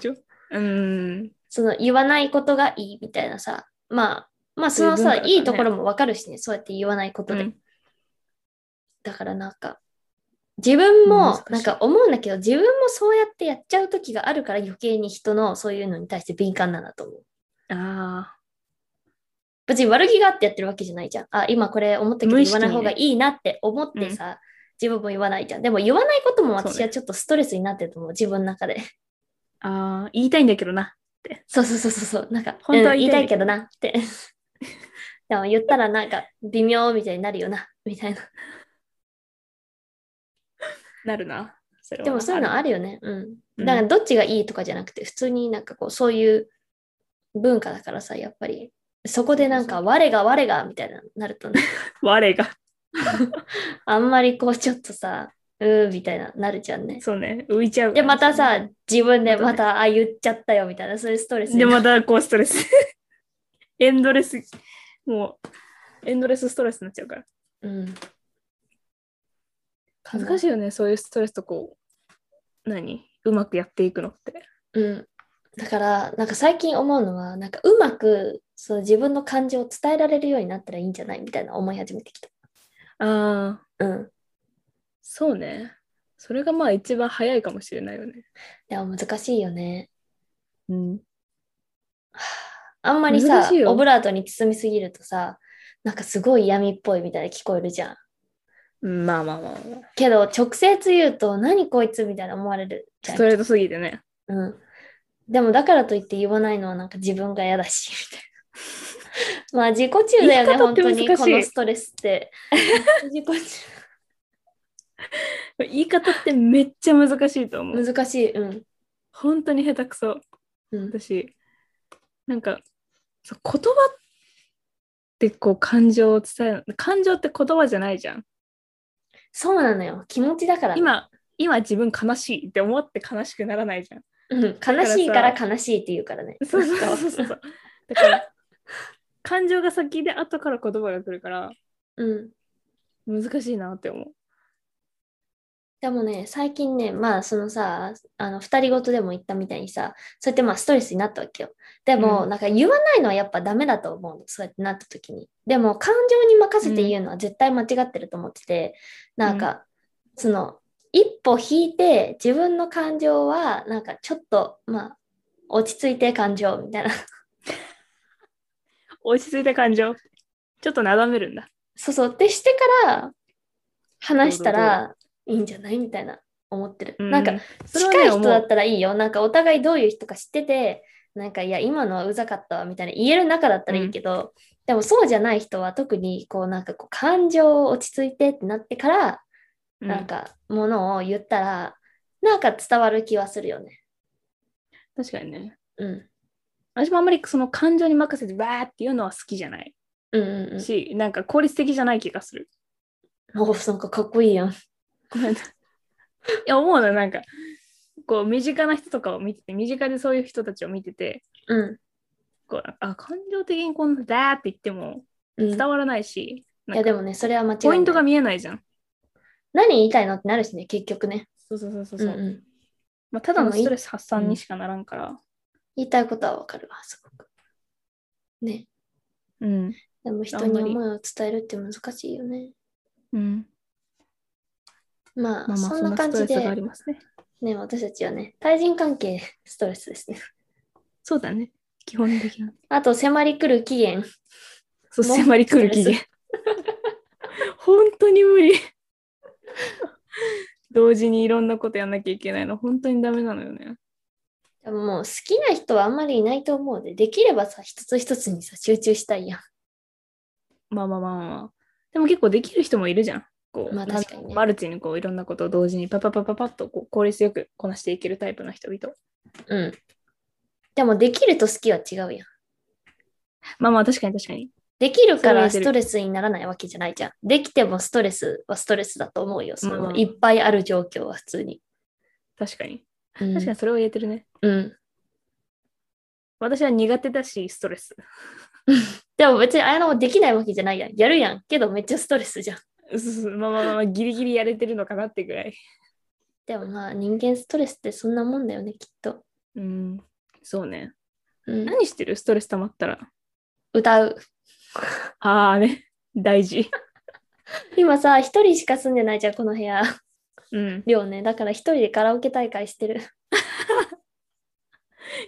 Speaker 2: うん。
Speaker 1: その言わないことがいいみたいなさ。まあ、まあそのさ、
Speaker 2: そういう文化だからね
Speaker 1: いいところもわかるしね。そうやって言わないことで。
Speaker 2: うん
Speaker 1: だからなんか、自分も
Speaker 2: 難し、い
Speaker 1: なんか思うんだけど、自分もそうやってやっちゃう時があるから余計に人のそういうのに対して敏感なんだと思う。
Speaker 2: あ
Speaker 1: 別に悪気があってやってるわけじゃないじゃん。あ、今これ思ったけど
Speaker 2: 無意
Speaker 1: 言わな
Speaker 2: 識にね
Speaker 1: い方がいいなって思ってさ、自分も言わないじゃん。でも言わないことも
Speaker 2: そうね
Speaker 1: 私はちょっとストレスになってると思う、自分の中で。
Speaker 2: あ。ああ。言いたいんだけどな。
Speaker 1: そうそうそうそうそう。なんか、
Speaker 2: 本当は
Speaker 1: うん
Speaker 2: 言
Speaker 1: 言
Speaker 2: い
Speaker 1: い
Speaker 2: た
Speaker 1: た
Speaker 2: い
Speaker 1: いけどなって。 でも言ったらなんか微妙みたいになるよな、 みたいな。
Speaker 2: なるな。それは
Speaker 1: でもそういうのあ
Speaker 2: る。
Speaker 1: るよね。うん。
Speaker 2: うん
Speaker 1: だからどっちがいいとかじゃなくて、普通になんかこう、そういう文化だからさ、やっぱり。そこでなんか、我が我がみたいななるとね、
Speaker 2: 我が。
Speaker 1: あんまりこう、ちょっとさ、うーみたいななるじゃんね。
Speaker 2: そうね。浮いちゃう。
Speaker 1: で、またさ、、自分でま
Speaker 2: ま
Speaker 1: た、あ、言っちゃったよみたいな、そういうストレスに
Speaker 2: で、またこうストレス。 エンドレス、もう、エンドレスストレスになっちゃうから。
Speaker 1: うん。
Speaker 2: 難しいよね、そういうストレスとこう、何うまくやっていくのって。
Speaker 1: うん。だから、なんか最近思うのは、なんかうまく、そう自分の感情を伝えられるようになったらいいんじゃないみたいな思い始めてきた。
Speaker 2: ああ、
Speaker 1: うん。
Speaker 2: そうね。それがまあ一番早いかもしれないよね。
Speaker 1: でも難しいよね。
Speaker 2: うん。
Speaker 1: あんまり
Speaker 2: 難
Speaker 1: さ
Speaker 2: しい、よ
Speaker 1: オブラートに包みすぎるとさ、なんかすごい闇っぽいみたいに聞こえるじゃん。
Speaker 2: まあまあまあ、まあ、
Speaker 1: けど、直接言うと、何こいつみたいな思われるじゃん
Speaker 2: スト。レートすぎてね。
Speaker 1: うん。でも、だからといって言わないのは、なんか自分が嫌だし、みたいな。 まあ、自己中だよ
Speaker 2: 言
Speaker 1: ね、
Speaker 2: い方っ
Speaker 1: 本
Speaker 2: て
Speaker 1: 当
Speaker 2: 難しい
Speaker 1: に、このストレスっ て。自己
Speaker 2: 言い方ってめっちゃ難しいと思う。
Speaker 1: 中。難しい。うん。
Speaker 2: 本当に下手くそ。
Speaker 1: うん、
Speaker 2: 私、なんか、そう言葉ってこう感情を伝える、感情って言葉じゃないじゃん。
Speaker 1: そうなのよ。気持ちだから。、
Speaker 2: 今、今自分悲しいって思って悲しくならないじゃん。
Speaker 1: うん、悲しいから悲しいって言うからね。
Speaker 2: そうそうそうそうそう。だから、感情が先で後から言葉が来るから、
Speaker 1: うん。
Speaker 2: 難しいなって思う。
Speaker 1: でもね、最近ね、まあそのさ、あの、二人ごとでも言ったみたいにさ、そうやってまあストレスになったわけよ。でも、
Speaker 2: うん
Speaker 1: なんか言わないのはやっぱダメだと思うの、そうやってなった時に。でも、感情に任せて言うのは絶対間違ってると思ってて、
Speaker 2: ん
Speaker 1: なんか、その、一歩引いて、自分の感情は、なんかちょっと、まあ、落ち着いて感情みたいな。
Speaker 2: 落ち着いた感情。ちょっとなだめるんだ。
Speaker 1: そうそうってしてから、話したらいいんじゃないみたいな思ってる。
Speaker 2: う
Speaker 1: なんか、、
Speaker 2: それはね
Speaker 1: 近い人
Speaker 2: 思う
Speaker 1: だったらいいよ。なんかお互いどういう人か知ってて、なんかいや、今のはうざかったわみたいな言える仲だったらいいけど、でもそうじゃない人は特にこうなんかこう感情を落ち着いてってなってから、
Speaker 2: うん
Speaker 1: なんかものを言ったら、なんか伝わる気はするよね。
Speaker 2: 確かにね。
Speaker 1: うん。
Speaker 2: 私もあんまりその感情に任せてわーっていうのは好きじゃない
Speaker 1: うんうんうん
Speaker 2: し、なんか効率的じゃない気がする。。
Speaker 1: おなんかかっこいいやん。
Speaker 2: ごめんな いや、思うのよなんか、こう、身近な人とかを見てて、身近でそういう人たちを見てて、
Speaker 1: うん。
Speaker 2: こうあ感情的にこんなだーって言っても
Speaker 1: うん、い
Speaker 2: 伝わらないし、なん
Speaker 1: や
Speaker 2: か
Speaker 1: でもね、それは間違いない。
Speaker 2: ポイントが見えないじゃん。
Speaker 1: 何言いたいのってなるしね、結局ね。
Speaker 2: そうそうそうそう
Speaker 1: うん
Speaker 2: そうう、
Speaker 1: ん、
Speaker 2: まあ、ただのストレス発散にしかならんから。
Speaker 1: 言いたいことはわかるわ、すごく。ね。
Speaker 2: うん。
Speaker 1: でも人
Speaker 2: あん
Speaker 1: に
Speaker 2: まり
Speaker 1: 思いを伝えるって難しいよね。
Speaker 2: うん。
Speaker 1: まあ、
Speaker 2: まあまあ、
Speaker 1: そ
Speaker 2: そ
Speaker 1: ん
Speaker 2: ん
Speaker 1: な
Speaker 2: なス
Speaker 1: 感
Speaker 2: ト
Speaker 1: じ
Speaker 2: レス
Speaker 1: で
Speaker 2: がありますね。
Speaker 1: ね、私たちはね、対人関係ストレスですね。
Speaker 2: そうだね。基本的に。
Speaker 1: あと、迫り来る期限。
Speaker 2: そう、
Speaker 1: もう
Speaker 2: 迫り来る期限
Speaker 1: ス。
Speaker 2: 本当に無理。同時にいろんなことやんなきゃいけないの、本当にダメなのよね。
Speaker 1: でももう好きな人はあんまりいないと思うで、できればさ、一つ一つにさ、集中したいやん。
Speaker 2: まあまあまあまあまあ。でも結構できる人もいるじゃん。こう、
Speaker 1: まあ確かにね
Speaker 2: マルチにこういろんなことを同時にパパパパパッとこう効率よくこなしていけるタイプの人々。
Speaker 1: うん。でも、できると好きは違うやん。
Speaker 2: まあまあ確かに確かに。
Speaker 1: できるから
Speaker 2: そ
Speaker 1: ス
Speaker 2: れ
Speaker 1: ト
Speaker 2: は
Speaker 1: レスにならないわけじゃないじゃん。できてもストレスはストレスだと思うよ。そ
Speaker 2: まあま
Speaker 1: の
Speaker 2: あ
Speaker 1: いっぱいある状況は普通に。
Speaker 2: 確かに。
Speaker 1: うん
Speaker 2: 確かにそれは言えてるね。
Speaker 1: うん。
Speaker 2: 私は苦手だし、ストレス。
Speaker 1: でも別にあのできないわけじゃないやん。やるやん。けどめっちゃストレスじゃん。
Speaker 2: うすすまあまあまあまあ、ギリギリやれてるのかなってぐらい。
Speaker 1: でもまあ人間ストレスってそんなもんだよね、きっと。
Speaker 2: うん。そうね。
Speaker 1: うん、
Speaker 2: 何してるストレス溜まったら。
Speaker 1: 歌う。
Speaker 2: ああね。 大事。
Speaker 1: 今さ、一人しか住んでないじゃん、この部屋。
Speaker 2: うん。
Speaker 1: 寮ね。だから一人でカラオケ大会してる。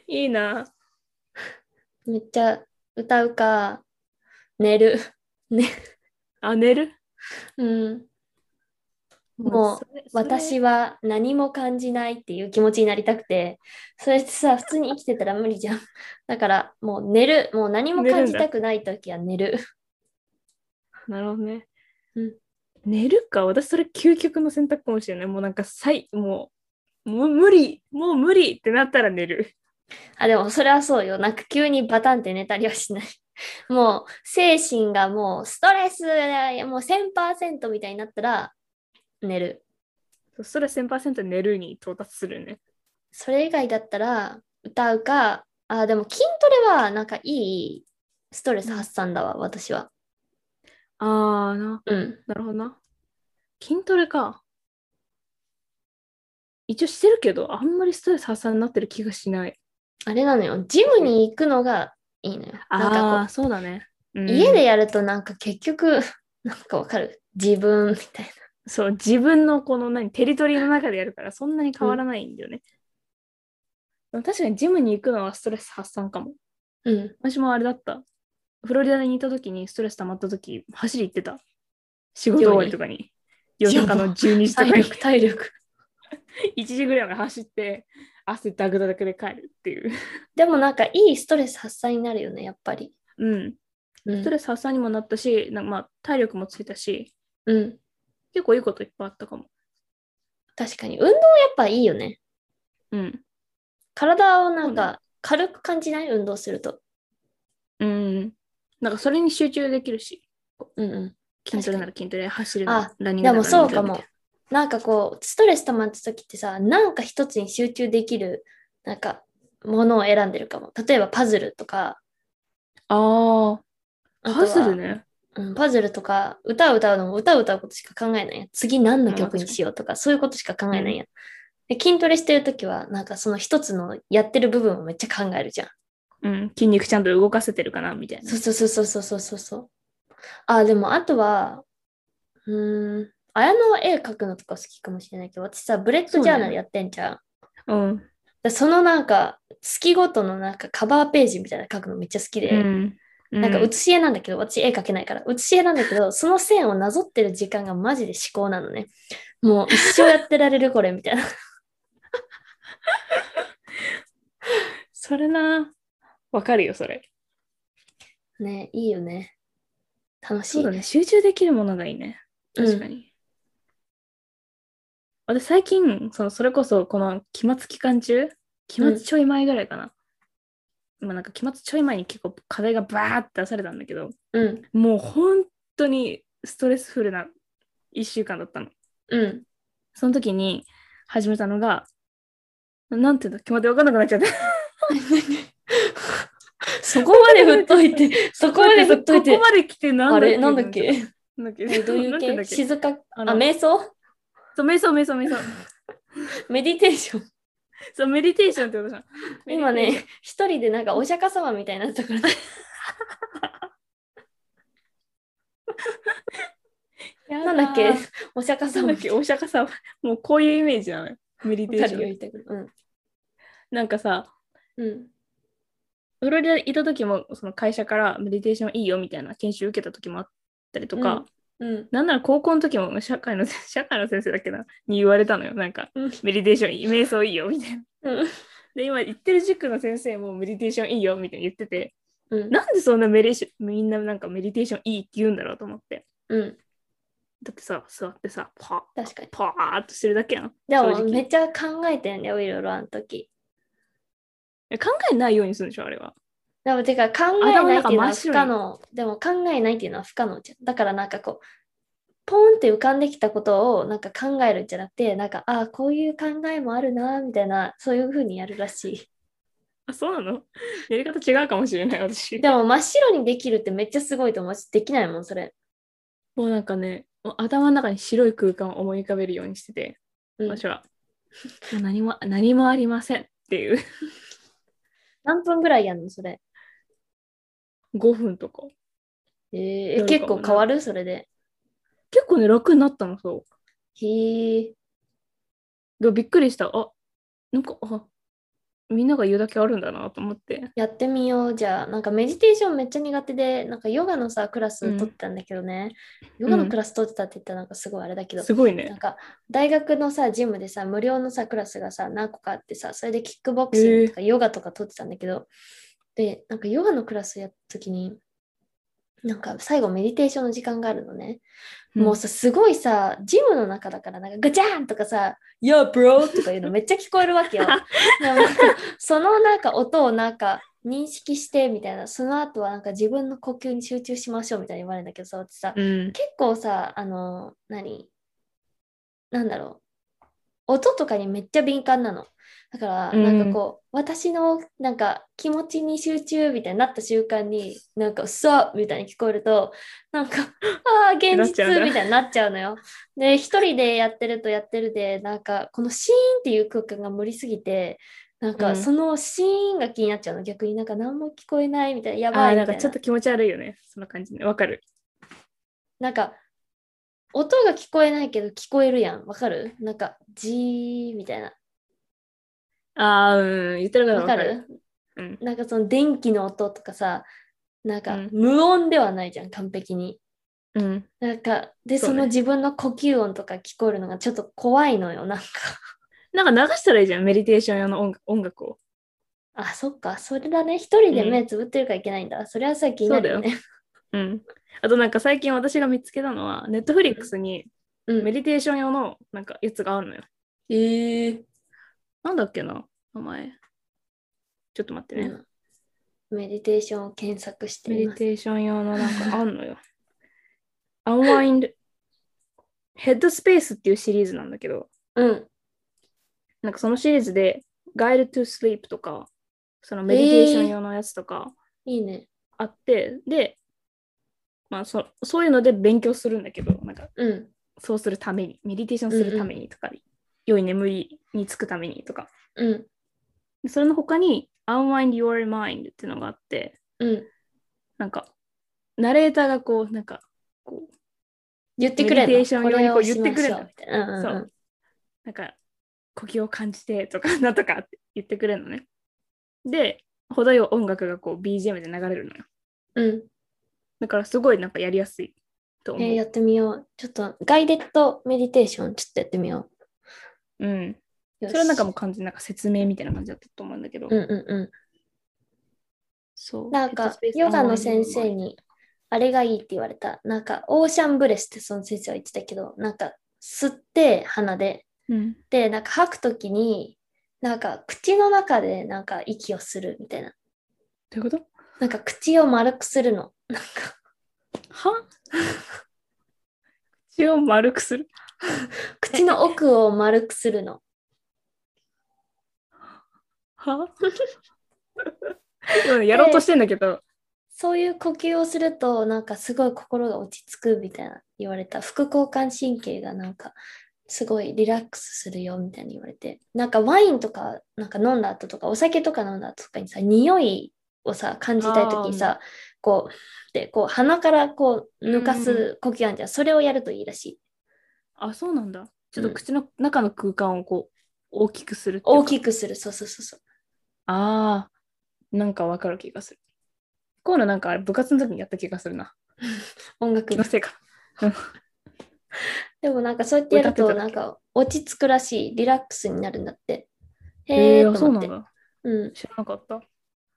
Speaker 2: いいな。
Speaker 1: めっちゃ歌うか、寝る。
Speaker 2: あ、寝る
Speaker 1: うん。もう
Speaker 2: もそれそれ
Speaker 1: 私は何も感じないっていう気持ちになりたくて、それってさ、普通に生きてたら無理じゃん。だからもう寝る。もう何も感じたくないときは寝る。
Speaker 2: なるほどね。
Speaker 1: うん
Speaker 2: 寝るか、私それ究極の選択かもしれない。もうなんか、さい、もう、もう無理、もう無理ってなったら寝る。
Speaker 1: あ、でもそれはそうよ。なんか急にバタンって寝たりはしない。もう精神がもうストレスでもう1000%みたいになったら寝る。
Speaker 2: そしたら1000%寝るに到達するね。
Speaker 1: それ以外だったら歌うか、あ、でも筋トレはなんかいいストレス発散だわ、私は。
Speaker 2: ああ、な、
Speaker 1: うん。
Speaker 2: なるほどな。筋トレか。一応してるけど、あんまりストレス発散になってる気がしない。
Speaker 1: あれなのよ、ジムに行くのがいいのよ。なん
Speaker 2: ああ
Speaker 1: か
Speaker 2: ー、そうだね。う
Speaker 1: こ
Speaker 2: ん
Speaker 1: う、家でやるとなんか結局、 なんかわかる自分みたいな。
Speaker 2: そう、自分のこの何、テリトリーの中でやるから、そんなに変わらないんだよね。でも確かにジムに行くのはストレス発散かも。
Speaker 1: うん。
Speaker 2: 私もあれだった。フロリダにいた時にストレス溜まった時、走り行ってた。仕事終わりとかに。夜中の12時とか
Speaker 1: 体
Speaker 2: に
Speaker 1: 力、体力。
Speaker 2: 1時ぐらいまで走って、汗ダグダグで帰るっていう。
Speaker 1: でもなんかいいストレス発散になるよね、やっぱり。
Speaker 2: うん。
Speaker 1: うん
Speaker 2: ストレス発散にもなったし、なまあ、体力もついたし、
Speaker 1: うん。
Speaker 2: 結構いいこといっぱいあったかも。
Speaker 1: 確かに。運動やっぱいいよね。
Speaker 2: うん。
Speaker 1: 体をなん
Speaker 2: そう
Speaker 1: か軽く感じない運動すると。
Speaker 2: うん。なんかそれに集中できるし、
Speaker 1: うんうん。
Speaker 2: 筋トレなら筋トレ、走るなら
Speaker 1: あ
Speaker 2: ランニング
Speaker 1: でも
Speaker 2: ならラン
Speaker 1: そ
Speaker 2: ニング
Speaker 1: うか
Speaker 2: み
Speaker 1: も
Speaker 2: たい。
Speaker 1: なんかこう、ストレス溜まった時ってさ、なんか一つに集中できる、なんか、ものを選んでるかも。例えばパズルとか、
Speaker 2: なあ
Speaker 1: あ
Speaker 2: あ、
Speaker 1: とは
Speaker 2: パズルね。
Speaker 1: うん、パズルとか、歌を歌うのも歌を歌うことしか考えないやん。次何の
Speaker 2: まあ
Speaker 1: 曲にしようとか、そういうことしか考えないやん。で筋トレしてる時は、なんかその一つのやってる部分をめっちゃ考えるじゃん。
Speaker 2: うん。筋肉ちゃんと動かせてるかなみたいな
Speaker 1: そう。そうそうそうそうそうそう。あ、でもあとは、うーん、綾野は絵描くのとか好きかもしれないけど、私さ、ブレッドジャーナルやってんじゃん。
Speaker 2: うん。
Speaker 1: でそのなんか月ごとのなんかカバーページみたいなの書くのめっちゃ好きで、
Speaker 2: うん、
Speaker 1: なんか
Speaker 2: う
Speaker 1: 写し絵なんだけど私絵描けないから写し絵なんだけどその線をなぞってる時間がマジで至高なのねもう一生やってられるこれみた いな
Speaker 2: それなわかるよそれ
Speaker 1: ねいいよね楽し
Speaker 2: そう
Speaker 1: い
Speaker 2: だね集中できるものがいいね
Speaker 1: うん
Speaker 2: 確かに、私最近そのそれこそこの期末期間中期末ちょい前ぐらいかな、まあなんか期末ちょい前に結構課題がバーって出されたんだけど
Speaker 1: うん
Speaker 2: もう本当にストレスフルな1週間だったの
Speaker 1: うん
Speaker 2: その時に始めたのがなんていうんだっけ待って分かんなくなっちゃった
Speaker 1: そこまで振っとい てそこ まで振っとい
Speaker 2: こ
Speaker 1: て
Speaker 2: こまで来てな
Speaker 1: あ
Speaker 2: んだっけ
Speaker 1: れなんだっけ
Speaker 2: なんだっけ
Speaker 1: えどうい
Speaker 2: な
Speaker 1: うん
Speaker 2: てんだ
Speaker 1: 系
Speaker 2: っけ
Speaker 1: 静かあ
Speaker 2: あの
Speaker 1: 瞑想
Speaker 2: そう、瞑想、瞑想、瞑想。
Speaker 1: メディテーション
Speaker 2: そう、メディテーションってことじゃん。
Speaker 1: 今
Speaker 2: メディテーション
Speaker 1: ね一人でなんかお釈迦様みたいになったから
Speaker 2: や
Speaker 1: なんだっけ
Speaker 2: ー
Speaker 1: お釈迦
Speaker 2: なん
Speaker 1: 様み
Speaker 2: だった
Speaker 1: い
Speaker 2: けお釈迦様。もうこういうイメージなのよ。メディ
Speaker 1: な
Speaker 2: テ
Speaker 1: わか
Speaker 2: ーシ
Speaker 1: るよ
Speaker 2: ョン。
Speaker 1: 言いたいことうん
Speaker 2: なんかさ、
Speaker 1: うん
Speaker 2: フロリダいた時も、その会社からメディテーションいいよみたいな研修受けた時もあったりとか、
Speaker 1: うん
Speaker 2: なんなら高校の時も社会の 社会の先生だっけなに言われたのよ。なんか、
Speaker 1: うん
Speaker 2: メディテーションいい、瞑想いいよみたいな。
Speaker 1: うん
Speaker 2: で、今言ってる塾の先生もメディテーションいいよみたいな言ってて、
Speaker 1: うん
Speaker 2: なんでそんなメディションみんななんかメディテーションいいって言うんだろうと思って。
Speaker 1: うん
Speaker 2: だってさ、座ってさ、パー
Speaker 1: 確かに
Speaker 2: パーっとしてるだけやん。
Speaker 1: で
Speaker 2: 正
Speaker 1: も
Speaker 2: 直
Speaker 1: めっちゃ考えてんだよいろいろあの時
Speaker 2: え考えないようにするんでしょ、あれは。
Speaker 1: でもてか考えないっていうのは不
Speaker 2: 頭
Speaker 1: 可
Speaker 2: の
Speaker 1: 能。でも考えないっていうのは不可能じゃん。だからなんかこう、ポンって浮かんできたことをなんか考えるんじゃなくて、なんか、ああ、こういう考えもあるな、みたいな、そういうふうにやるらし
Speaker 2: あ、そうなのやり方違うかもしれない、私
Speaker 1: い。。でも真っ白にできるってめっちゃすごいと思うし、できないもん、それ。
Speaker 2: もうなんかね、もう頭の中に白い空間を思い浮かべるようにしてて、
Speaker 1: うん
Speaker 2: 私は。もう何も、何もありませんっていう。
Speaker 1: 何分ぐらいやんの、それ。
Speaker 2: 5分とか。
Speaker 1: え
Speaker 2: や
Speaker 1: ー
Speaker 2: るかも
Speaker 1: 結構
Speaker 2: ね
Speaker 1: 変わるそれで。
Speaker 2: 結構ね、楽になったの、そう。
Speaker 1: へえ。
Speaker 2: でもびっくりした。あ、なんか、あ、みんなが言うだけあるんだなと思って。
Speaker 1: やってみよう。じゃあ、なんかメディテーションめっちゃ苦手で、なんかヨガのさ、クラス取ってたんだけどね。
Speaker 2: ん
Speaker 1: ヨガのクラス取ってたって言ったらなんかすごいあれだけど、
Speaker 2: すごい
Speaker 1: な
Speaker 2: ね。
Speaker 1: んか大学のさ、ジムでさ、無料のさ、クラスがさ、何個かあってさ、それでキックボクシングとかヨガとか取ってたんだけど、で、なんかヨガのクラスやった時に、なんか最後メディテーションの時間があるのね。もうさ、すごいさ、ジムの中だから、なんかガチャーンとかさ、Yo, bro! とかいうのめっちゃ聞こえるわけよ。でもなんかそのなんか音をなんか認識してみたいな、その後はなんか自分の呼吸に集中しましょうみたいに言われるんだけどさ、私さ、
Speaker 2: うん。
Speaker 1: 結構さ、あの、何なんだろう。音とかにめっちゃ敏感なの。だから、
Speaker 2: うん
Speaker 1: なんかこう、私のなんか気持ちに集中みたいになった瞬間に、なんか、さみたいに聞こえると、なんか、 ああ、現
Speaker 2: なっち
Speaker 1: 実
Speaker 2: ゃうんだ
Speaker 1: みたいになっちゃうのよ。で、一人でやってるとやってるで、なんか、このシーンっていう空間が無理すぎて、なん
Speaker 2: う
Speaker 1: か、
Speaker 2: ん
Speaker 1: そのシーンが気になっちゃうの。逆になんか何も聞こえないみたいな、や
Speaker 2: あ
Speaker 1: ばい
Speaker 2: ー
Speaker 1: みた
Speaker 2: ないんか
Speaker 1: な
Speaker 2: ちょっ。と気持ち悪いよね。その感じね。わかる。
Speaker 1: なんか音が聞こえないけど聞こえるやんわかるなんかじーみたいな
Speaker 2: ああ、うん。言ってること
Speaker 1: わ
Speaker 2: わ
Speaker 1: か
Speaker 2: か
Speaker 1: る
Speaker 2: る。うん
Speaker 1: なんかその電気の音とかさなんか
Speaker 2: うん
Speaker 1: 無音ではないじゃん完璧に
Speaker 2: うん。
Speaker 1: なんかでそ,、
Speaker 2: そうね
Speaker 1: の自分の呼吸音とか聞こえるのがちょっと怖いのよなんか
Speaker 2: なんか流したらいいじゃん。メディテーション用の音楽音楽を。
Speaker 1: あそっかそれだね一人で目つぶってるからいけないんだ、それはさ気になるよね
Speaker 2: うん。あとなんか最近私が見つけたのは、ネットフリックスに
Speaker 1: う
Speaker 2: メ
Speaker 1: ん
Speaker 2: ディテーション用のなんかやつがあるのよ。
Speaker 1: えー
Speaker 2: なんだっけな名前。ちょっと待ってね。
Speaker 1: メディテーションを検索して
Speaker 2: メ
Speaker 1: み
Speaker 2: デ
Speaker 1: ます
Speaker 2: ィテーション用のなんかあんのよ。Unwind Headspace っていうシリーズなんだけど、
Speaker 1: うん
Speaker 2: なんかそのシリーズで Guide to Sleep とか、そのメディテーション用のやつとか
Speaker 1: いいね
Speaker 2: あって、で、まあそ、そういうので勉強するんだけど、なんか
Speaker 1: うん
Speaker 2: そうするために、メディテーションするためにとか、良い眠りにつくためにとか。
Speaker 1: うん
Speaker 2: でそれの他に Unwind Your Mind っていうのがあって、
Speaker 1: うん
Speaker 2: なんか、ナレーターがこう、なんか、こう、
Speaker 1: 言ってくれるの
Speaker 2: メディテーション用にこ
Speaker 1: れ
Speaker 2: う
Speaker 1: をしましょ
Speaker 2: 言ってくれるの
Speaker 1: みたいなうんうんうん
Speaker 2: そうなんか、呼吸を感じてとか、 なんとかって言ってくれるのね。で、程よい音楽がこう、BGM で流れるのよ。
Speaker 1: うん、
Speaker 2: だから、すごいなんかやりやすいと
Speaker 1: え
Speaker 2: 思う。
Speaker 1: ーやってみよう。ちょっとガイデッドメディテーションちょっとやってみよ
Speaker 2: うん。
Speaker 1: う。よし
Speaker 2: それはなんかもう完全になんか説明みたいな感じだったと思うんだけど。
Speaker 1: うんうんう。。
Speaker 2: そうん
Speaker 1: なん
Speaker 2: ヘッド
Speaker 1: か
Speaker 2: スペース
Speaker 1: ヨガの先生。にあれがいいって言われた。なんかオーシャンブレスってその先生は言ってたけど、なんか吸って鼻で、
Speaker 2: うん。
Speaker 1: で、なんか吐くときに、なんか口の中でなんか息をするみたいな。
Speaker 2: どういうこ
Speaker 1: なんか口を丸くするの。なんか
Speaker 2: とは 口を丸くする。
Speaker 1: 口の奥を丸くするの。
Speaker 2: は うんやろうとしてんだけど、
Speaker 1: そういう呼吸をすると、なんかすごい心が落ち着くみたいな言われた。副交感神経がなんかすごいリラックスするよみたいに言われて。なんかワインとか、なんか飲んだ後とか、お酒とか飲んだ後とかにさ、匂いをさ、感じたい時にさ、こう、で、こう鼻からこう抜かす呼吸あるじゃん。それをやるといいらしい。
Speaker 2: あ、そうなんだ。ちょっ
Speaker 1: うん
Speaker 2: と口の中の空間をこう大きくするっていうか
Speaker 1: 大きくする。そうそうそうそう。
Speaker 2: ああ、なんかわかる気がする。こういうのなんか部活の時にやった気がするな。
Speaker 1: 音楽
Speaker 2: 気のせいか。
Speaker 1: でもなんかそうやってやると、
Speaker 2: 歌ってた
Speaker 1: な
Speaker 2: っ
Speaker 1: ん
Speaker 2: け
Speaker 1: か落ち着くらしい。リラックスになるんだって。へ
Speaker 2: え
Speaker 1: え
Speaker 2: ー、
Speaker 1: ー、
Speaker 2: あ
Speaker 1: と
Speaker 2: そう
Speaker 1: 思
Speaker 2: な
Speaker 1: って
Speaker 2: ん。だ。
Speaker 1: うん。
Speaker 2: 知らなかった。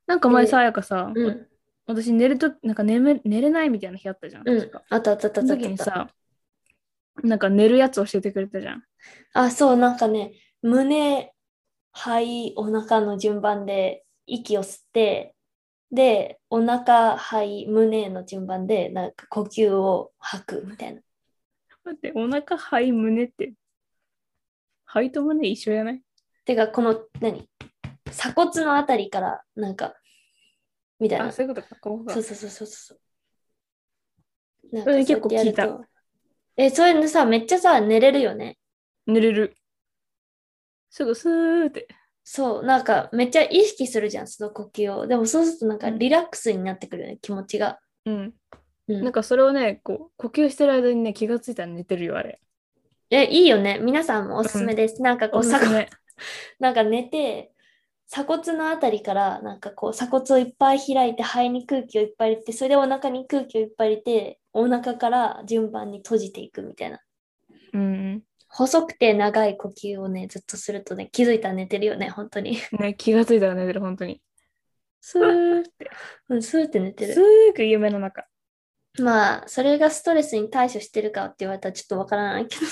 Speaker 2: なんか前
Speaker 1: で
Speaker 2: さ、やかさ、
Speaker 1: うん。
Speaker 2: 私寝ると、なんか眠寝れないみたいな日あったじゃん。
Speaker 1: うん
Speaker 2: 確か。、
Speaker 1: あったあったあったあ
Speaker 2: そ
Speaker 1: ったあ
Speaker 2: の時に
Speaker 1: った
Speaker 2: さ、なんか寝るやつ教えてくれたじゃん。
Speaker 1: あ、そう、なんかね、胸、肺、お腹の順番で息を吸って、で、お腹、肺、胸の順番で、なんか呼吸を吐くみたいな。
Speaker 2: 待って、お腹、肺、胸って。肺と胸一緒じゃない
Speaker 1: てか、この、何鎖骨のあたりから、なんか、みたいな。
Speaker 2: あ、
Speaker 1: そ
Speaker 2: そうういうことか。ここが
Speaker 1: そう。そうそうそう。なん
Speaker 2: それ結構
Speaker 1: そうやってやる
Speaker 2: 聞
Speaker 1: と。え、それでさ、めっちゃさ、寝れるよね。
Speaker 2: 寝れる。すぐスーって。
Speaker 1: そう、なんか、めっちゃ意識するじゃん、その呼吸を。でも、そうすると、なんか、リラックスになってくるよね、気持ちが。
Speaker 2: うん。
Speaker 1: うん
Speaker 2: なんかそれをね、こう、呼吸してる間にね、気がついたら寝てるよ、あれ。
Speaker 1: え、いいよね。皆さんもおすすめです。なんかこう、鎖骨、
Speaker 2: ね。
Speaker 1: なんか寝て、鎖骨のあたりから、なんかこう、鎖骨をいっぱい開いて、肺に空気をいっぱい入れて、それでお腹に空気をいっぱい入れて、お腹から順番に閉じていくみたいな。
Speaker 2: うん。
Speaker 1: 細くて長い呼吸をね、ずっとするとね、気づいたら寝てるよね、本当に。
Speaker 2: ね、気がついたら寝てる、本当に。スーって。
Speaker 1: うん、スーって寝て
Speaker 2: す
Speaker 1: る。
Speaker 2: ーく夢の中。
Speaker 1: まあ、それがストレスに対処してるかって言われたらちょっとわからないけど。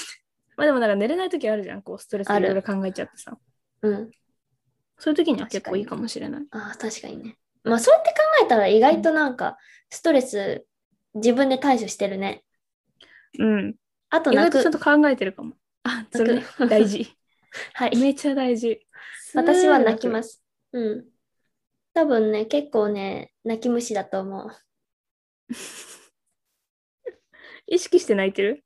Speaker 2: まあでもなんか寝れない時あるじゃん、こう、ストレスい
Speaker 1: ある
Speaker 2: ろいろ考えちゃってさ。
Speaker 1: うん。
Speaker 2: そういう時には
Speaker 1: 確
Speaker 2: 結
Speaker 1: か
Speaker 2: 構
Speaker 1: に
Speaker 2: いいかもしれない。
Speaker 1: ああ、確かにね。まあ、そうやって考えたら意外となんか、ストレス自分で対処してるね。
Speaker 2: うん。
Speaker 1: あと
Speaker 2: 意
Speaker 1: な
Speaker 2: 外
Speaker 1: く
Speaker 2: とちゃんと考えてるかも。あ、それね、大事。
Speaker 1: はい。
Speaker 2: めっちゃ大事。。
Speaker 1: 私は泣きますす。うん。多分ね、結構ね、泣き虫だと思う。
Speaker 2: 意識して泣いてる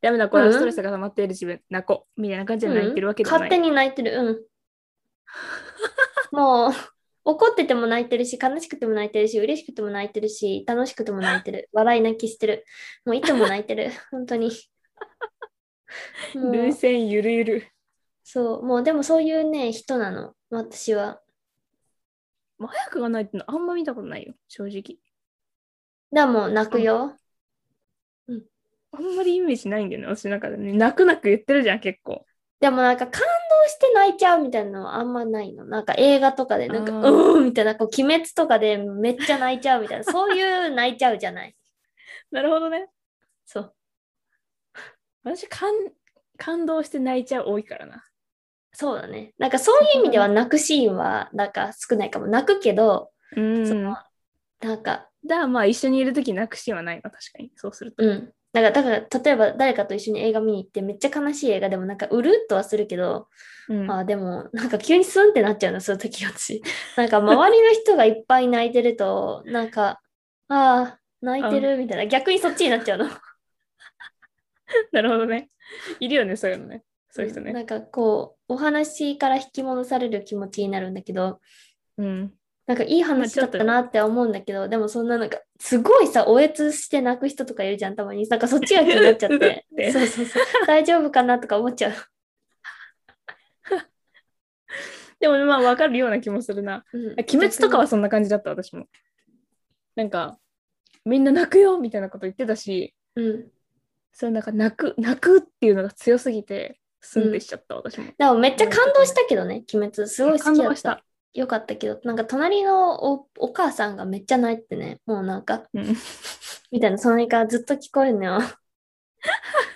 Speaker 2: ダメだ、これ
Speaker 1: う
Speaker 2: は
Speaker 1: ん
Speaker 2: ストレスが溜まっている自分、泣こう。みたいな感じで泣いてるわけではな
Speaker 1: 勝
Speaker 2: い。
Speaker 1: 手に泣いてる。うん。もう、怒ってても泣いてるし、悲しくても泣いてるし、嬉しくても泣いてるし、楽しくても泣いてる。笑い泣きしてる。もういつも泣いてる。本当 に。もう
Speaker 2: 涙腺ゆるゆる。
Speaker 1: そう、もうでもそういうね、人なの。私は。
Speaker 2: もう早くがないってのあんま見たことないよ、正直。
Speaker 1: でも泣くよ。
Speaker 2: あんまりイメージないんだよね、私の中でね。泣く泣く言ってるじゃん、結構。
Speaker 1: でもなんか感動して泣いちゃうみたいなのはあんまないの。なんか映画とかでなんか
Speaker 2: あ
Speaker 1: う
Speaker 2: ー
Speaker 1: ーんみたいな、こう鬼滅とかでめっちゃ泣いちゃうみたいな、そういう泣いちゃうじゃない。
Speaker 2: なるほどね。
Speaker 1: そう。
Speaker 2: 私感、感動して泣いちゃう多いからな。
Speaker 1: そうだね。なんかそういう意味では泣くシーンはなんか少ないかも。泣くけど、
Speaker 2: う
Speaker 1: そ
Speaker 2: ん。
Speaker 1: のなんか、
Speaker 2: だ、まあ一緒にいるとき泣くシーンはないな、確かに。そうすると。
Speaker 1: うん。なんかだから例えば誰かと一緒に映画見に行ってめっちゃ悲しい映画でもなんかうるっとはするけど、
Speaker 2: うん
Speaker 1: あーでもなんか急にスンってなっちゃうのそういう時私 なんか周りの人がいっぱい泣いてるとなんかああ泣いてるみたいな逆にそっちになっちゃうの
Speaker 2: なるほどね。いるよね、そういうのね。 そういう人ね。
Speaker 1: なんかこうお話から引き戻される気持ちになるんだけど
Speaker 2: うん。
Speaker 1: なんかいい話だったなって思うんだけどでもそんななんかすごいさおえつして泣く人とかいるじゃんたまになんかそっちが気になっちゃっ
Speaker 2: うる
Speaker 1: て
Speaker 2: って
Speaker 1: そうそうそう大丈夫かなとか思っちゃう、
Speaker 2: でもまあ分かるような気もするな。
Speaker 1: うん
Speaker 2: 鬼滅とかはそんな感じだった、私も。なんか、みんな泣くよみたいなこと言ってたし、
Speaker 1: うん
Speaker 2: それなんか泣く、泣くっていうのが強すぎて、すんでしちゃった、私も。
Speaker 1: でもめっちゃ感動したけどね鬼滅すごい好
Speaker 2: 感
Speaker 1: きだっ
Speaker 2: 動はしたた。
Speaker 1: よかったけど、なんか隣のおお母さんがめっちゃ泣いてね、もうなんか、
Speaker 2: うん
Speaker 1: みたいな、その辺からずっと聞こえるの よ。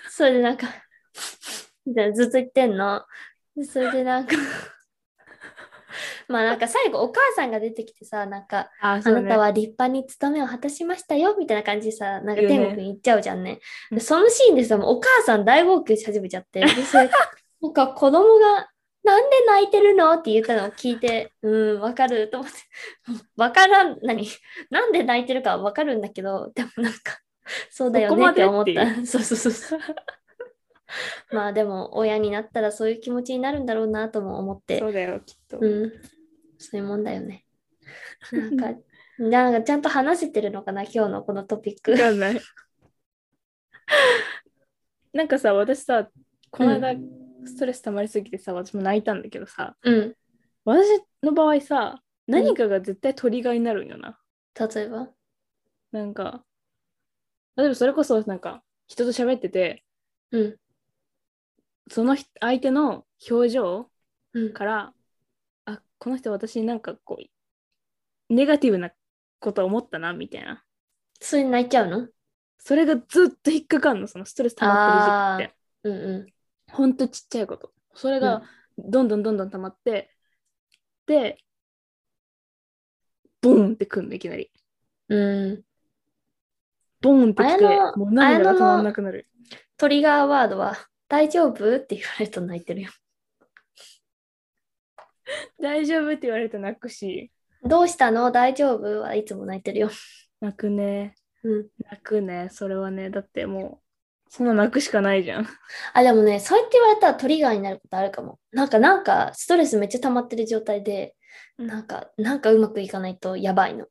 Speaker 1: それでなんか、みたいな、ずっと言ってんの。でそれでなん か、まあなんか最後お母さんが出てきてさ、なんか、
Speaker 2: あ、
Speaker 1: あ
Speaker 2: そう
Speaker 1: な
Speaker 2: ね
Speaker 1: た。は立派に務めを果たしましたよ、みたいな感じでさ、なんか
Speaker 2: 言うね
Speaker 1: 天国に行っちゃうじゃんね。
Speaker 2: うん
Speaker 1: でそのシーンでさ、もうお母さん大号泣し始めちゃって、でそれなんか子供が、なんで泣いてるのって言ったのを聞いて、うん、わかると思って、 わからん、何なんで泣いてるかはわかるんだけど、でもなんか、そうだよ
Speaker 2: ここ
Speaker 1: ね
Speaker 2: ま
Speaker 1: って
Speaker 2: で
Speaker 1: 思っ
Speaker 2: ってい
Speaker 1: た。そうそうそうそう。 まあでも、親になったらそういう気持ちになるんだろうなとも思って
Speaker 2: そ、うだよ、きっと。
Speaker 1: うん、そういうもんだよね。なんか、なんかちゃんと話せてるのかな、今日のこのトピック
Speaker 2: わ。かんない。 なんかさ、私さ、この間、ストレス溜まりすぎてさ、私も泣いたんだけどさ、
Speaker 1: うん、
Speaker 2: 私の場合さ、何かが絶対トリガーになるんよな。
Speaker 1: 例えば。
Speaker 2: なんか、例えばそれこそ、なんか、人と喋ってて、
Speaker 1: うん、
Speaker 2: その人相手の表情
Speaker 1: うん、
Speaker 2: から、あ、この人私になんかこう、ネガティブなこと思ったな、みたいな。
Speaker 1: それに泣いちゃうの
Speaker 2: それがずっと引っかかんの、そのストレス溜まってる時期って。
Speaker 1: うんう
Speaker 2: ほんとちっちゃいこと。それ
Speaker 1: ん。
Speaker 2: がどんどんどんどん溜まって、で、ボーンってくんのいきなり
Speaker 1: うん。
Speaker 2: ボーンってきて
Speaker 1: 綾野
Speaker 2: もう涙が
Speaker 1: 綾野
Speaker 2: 止
Speaker 1: の
Speaker 2: まんなくなる
Speaker 1: トリガーワードは、大丈夫って言われると泣いてるよ。
Speaker 2: 大丈夫って言われると泣くし
Speaker 1: どうしたの大丈夫はいつも泣いてるよ。
Speaker 2: 泣くね
Speaker 1: うん。
Speaker 2: 泣くねそれはねだってもうそんな泣くしかないじゃん
Speaker 1: あ、でもね、そうやって言われたらトリガーになることあるかも。なんか、なんか、ストレスめっちゃ溜まってる状態で、なんか、なんかうまくいかないとやばいの。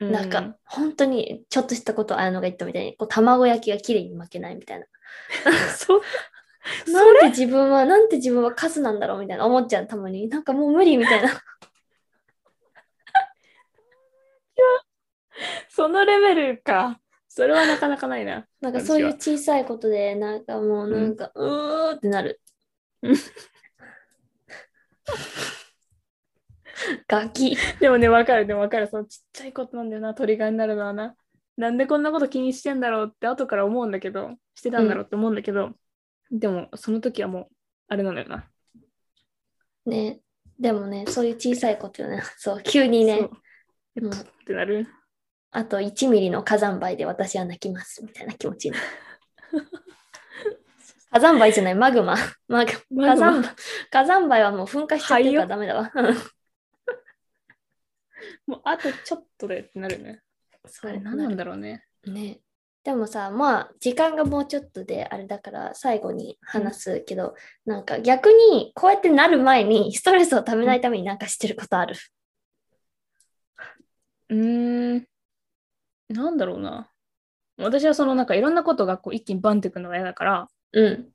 Speaker 2: う
Speaker 1: なん か、本当に、ちょっとしたこと、あやのが言ったみたいに、こう卵焼きが綺麗に負けないみたいな。
Speaker 2: そ
Speaker 1: なんて自分は、なんて自分はカスなんだろうみたいな思っちゃう、たまに。なんかもう無理みたい な。
Speaker 2: そのレベルかそれはなかなかないな
Speaker 1: なんかそういう小さいことで、なんかもう、なんか、うーってなる
Speaker 2: うん。
Speaker 1: ガキ。
Speaker 2: でもね、わかる、でもわかる。そのちっちゃいことなんだよな、トリガーになるのはな。なんでこんなこと気にしてんだろうって後から思うんだけど、してたんだろうって思うんだけど、でもその時はもう、あれなんだよな。
Speaker 1: ね。でもね、そういう小さいことよね。そう、急にね
Speaker 2: そう。
Speaker 1: うん
Speaker 2: ってなる。
Speaker 1: あと1ミリの火山灰で私は泣きますみたいな気持 ちになる。火山灰じゃない、マグマ。マグマ
Speaker 2: マ
Speaker 1: 火
Speaker 2: グマ
Speaker 1: 山灰火山灰はもう噴火しちゃってるからダメだわ。 うん
Speaker 2: もうあとちょっとでってなるね。あれ何なんだろうね。
Speaker 1: ね。でもさ、まあ、時間がもうちょっとであれだから、最後に話すけど、なんか逆に、こうやってなる前に、ストレスをためないためになんかしてることある。
Speaker 2: うーん。なんだろうな。私はそのなんかいろんなことがこう一気にバンってくるのが嫌だから、
Speaker 1: うん。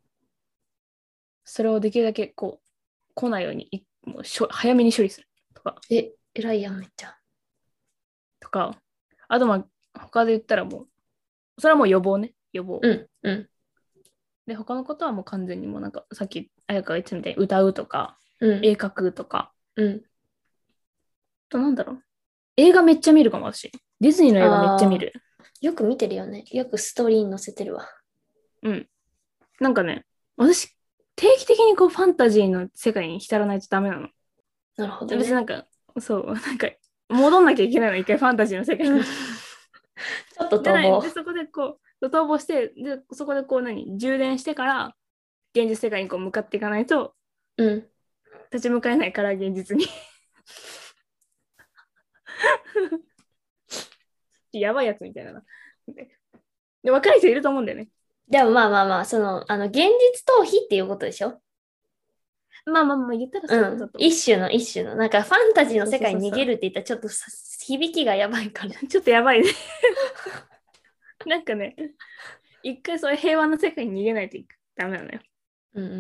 Speaker 2: それをできるだけこう、来ないようにいもうしょ早めに処理するとか。
Speaker 1: え、偉いやん、めっちゃ。
Speaker 2: とか、あとまあ、他で言ったらもう、それはもう予防ね、予防。
Speaker 1: うん、うん、
Speaker 2: で、他のことはもう完全にもうなんか、さっき、綾香が言ってたみたいに歌うとか、
Speaker 1: うん、
Speaker 2: 絵描くとか、
Speaker 1: うん。
Speaker 2: あとなんだろう。映画めっちゃ見るかも、私。ディズニーの映画めっちゃ見る。
Speaker 1: よく見てるよね。よくストーリーに載せてるわ。
Speaker 2: なんかね、私、定期的にこう、ファンタジーの世界に浸らないとダメなの。
Speaker 1: なるほど、
Speaker 2: 別に
Speaker 1: ね。
Speaker 2: なんか、そう、なんか、戻んなきゃいけないの、一回ファンタジーの世界
Speaker 1: う
Speaker 2: に
Speaker 1: ん。ちょっと
Speaker 2: でない
Speaker 1: 逃
Speaker 2: で
Speaker 1: 亡。
Speaker 2: そこでこう逃亡してでそこでこう何充電してから現実世界にこう向かっていかないと
Speaker 1: うん。
Speaker 2: 立ち向かえないから現実に やばいやつみたいななで若い人いると思うんだよね
Speaker 1: でもまあまあまあ、その、あの、現実逃避っていうことでしょ
Speaker 2: まあまあまあ言ったらそううだと思
Speaker 1: ん
Speaker 2: う、。
Speaker 1: 一種の一種の。なんかファンタジーの世界に逃
Speaker 2: そうそうそうそう
Speaker 1: げるって言ったらちょっとさ響きがやばいから。
Speaker 2: ちょっとやばいね なんかね一回そういう平和な世界に逃げないとダメなのよ
Speaker 1: うんうん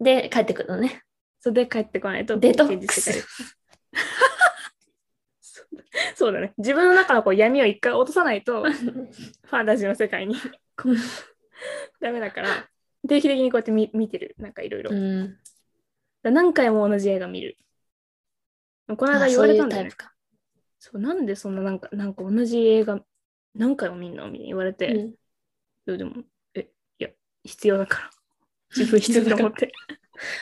Speaker 1: うん。で、帰ってくるの ね。
Speaker 2: それで帰ってこないと
Speaker 1: デトック
Speaker 2: 現実世界
Speaker 1: ス。
Speaker 2: そうだね。自分の中のこう闇を一回落とさないと、ファンタジーの世 界にこう
Speaker 1: うん
Speaker 2: ダメだから、定期的にこうやって見見てる。なんかいろいろ。だか
Speaker 1: うん。
Speaker 2: ら何回も同じ映画見る。この間
Speaker 1: あ
Speaker 2: 言
Speaker 1: そ
Speaker 2: わ
Speaker 1: う
Speaker 2: れ
Speaker 1: い
Speaker 2: たん
Speaker 1: う
Speaker 2: だ
Speaker 1: タイ
Speaker 2: よね
Speaker 1: プ。か。
Speaker 2: そうなんでそんななんか、なんか同じ映画何回も見んのみたいに言われて、
Speaker 1: うん
Speaker 2: そうでも、え、いや、必要だから。自分必要だと思って。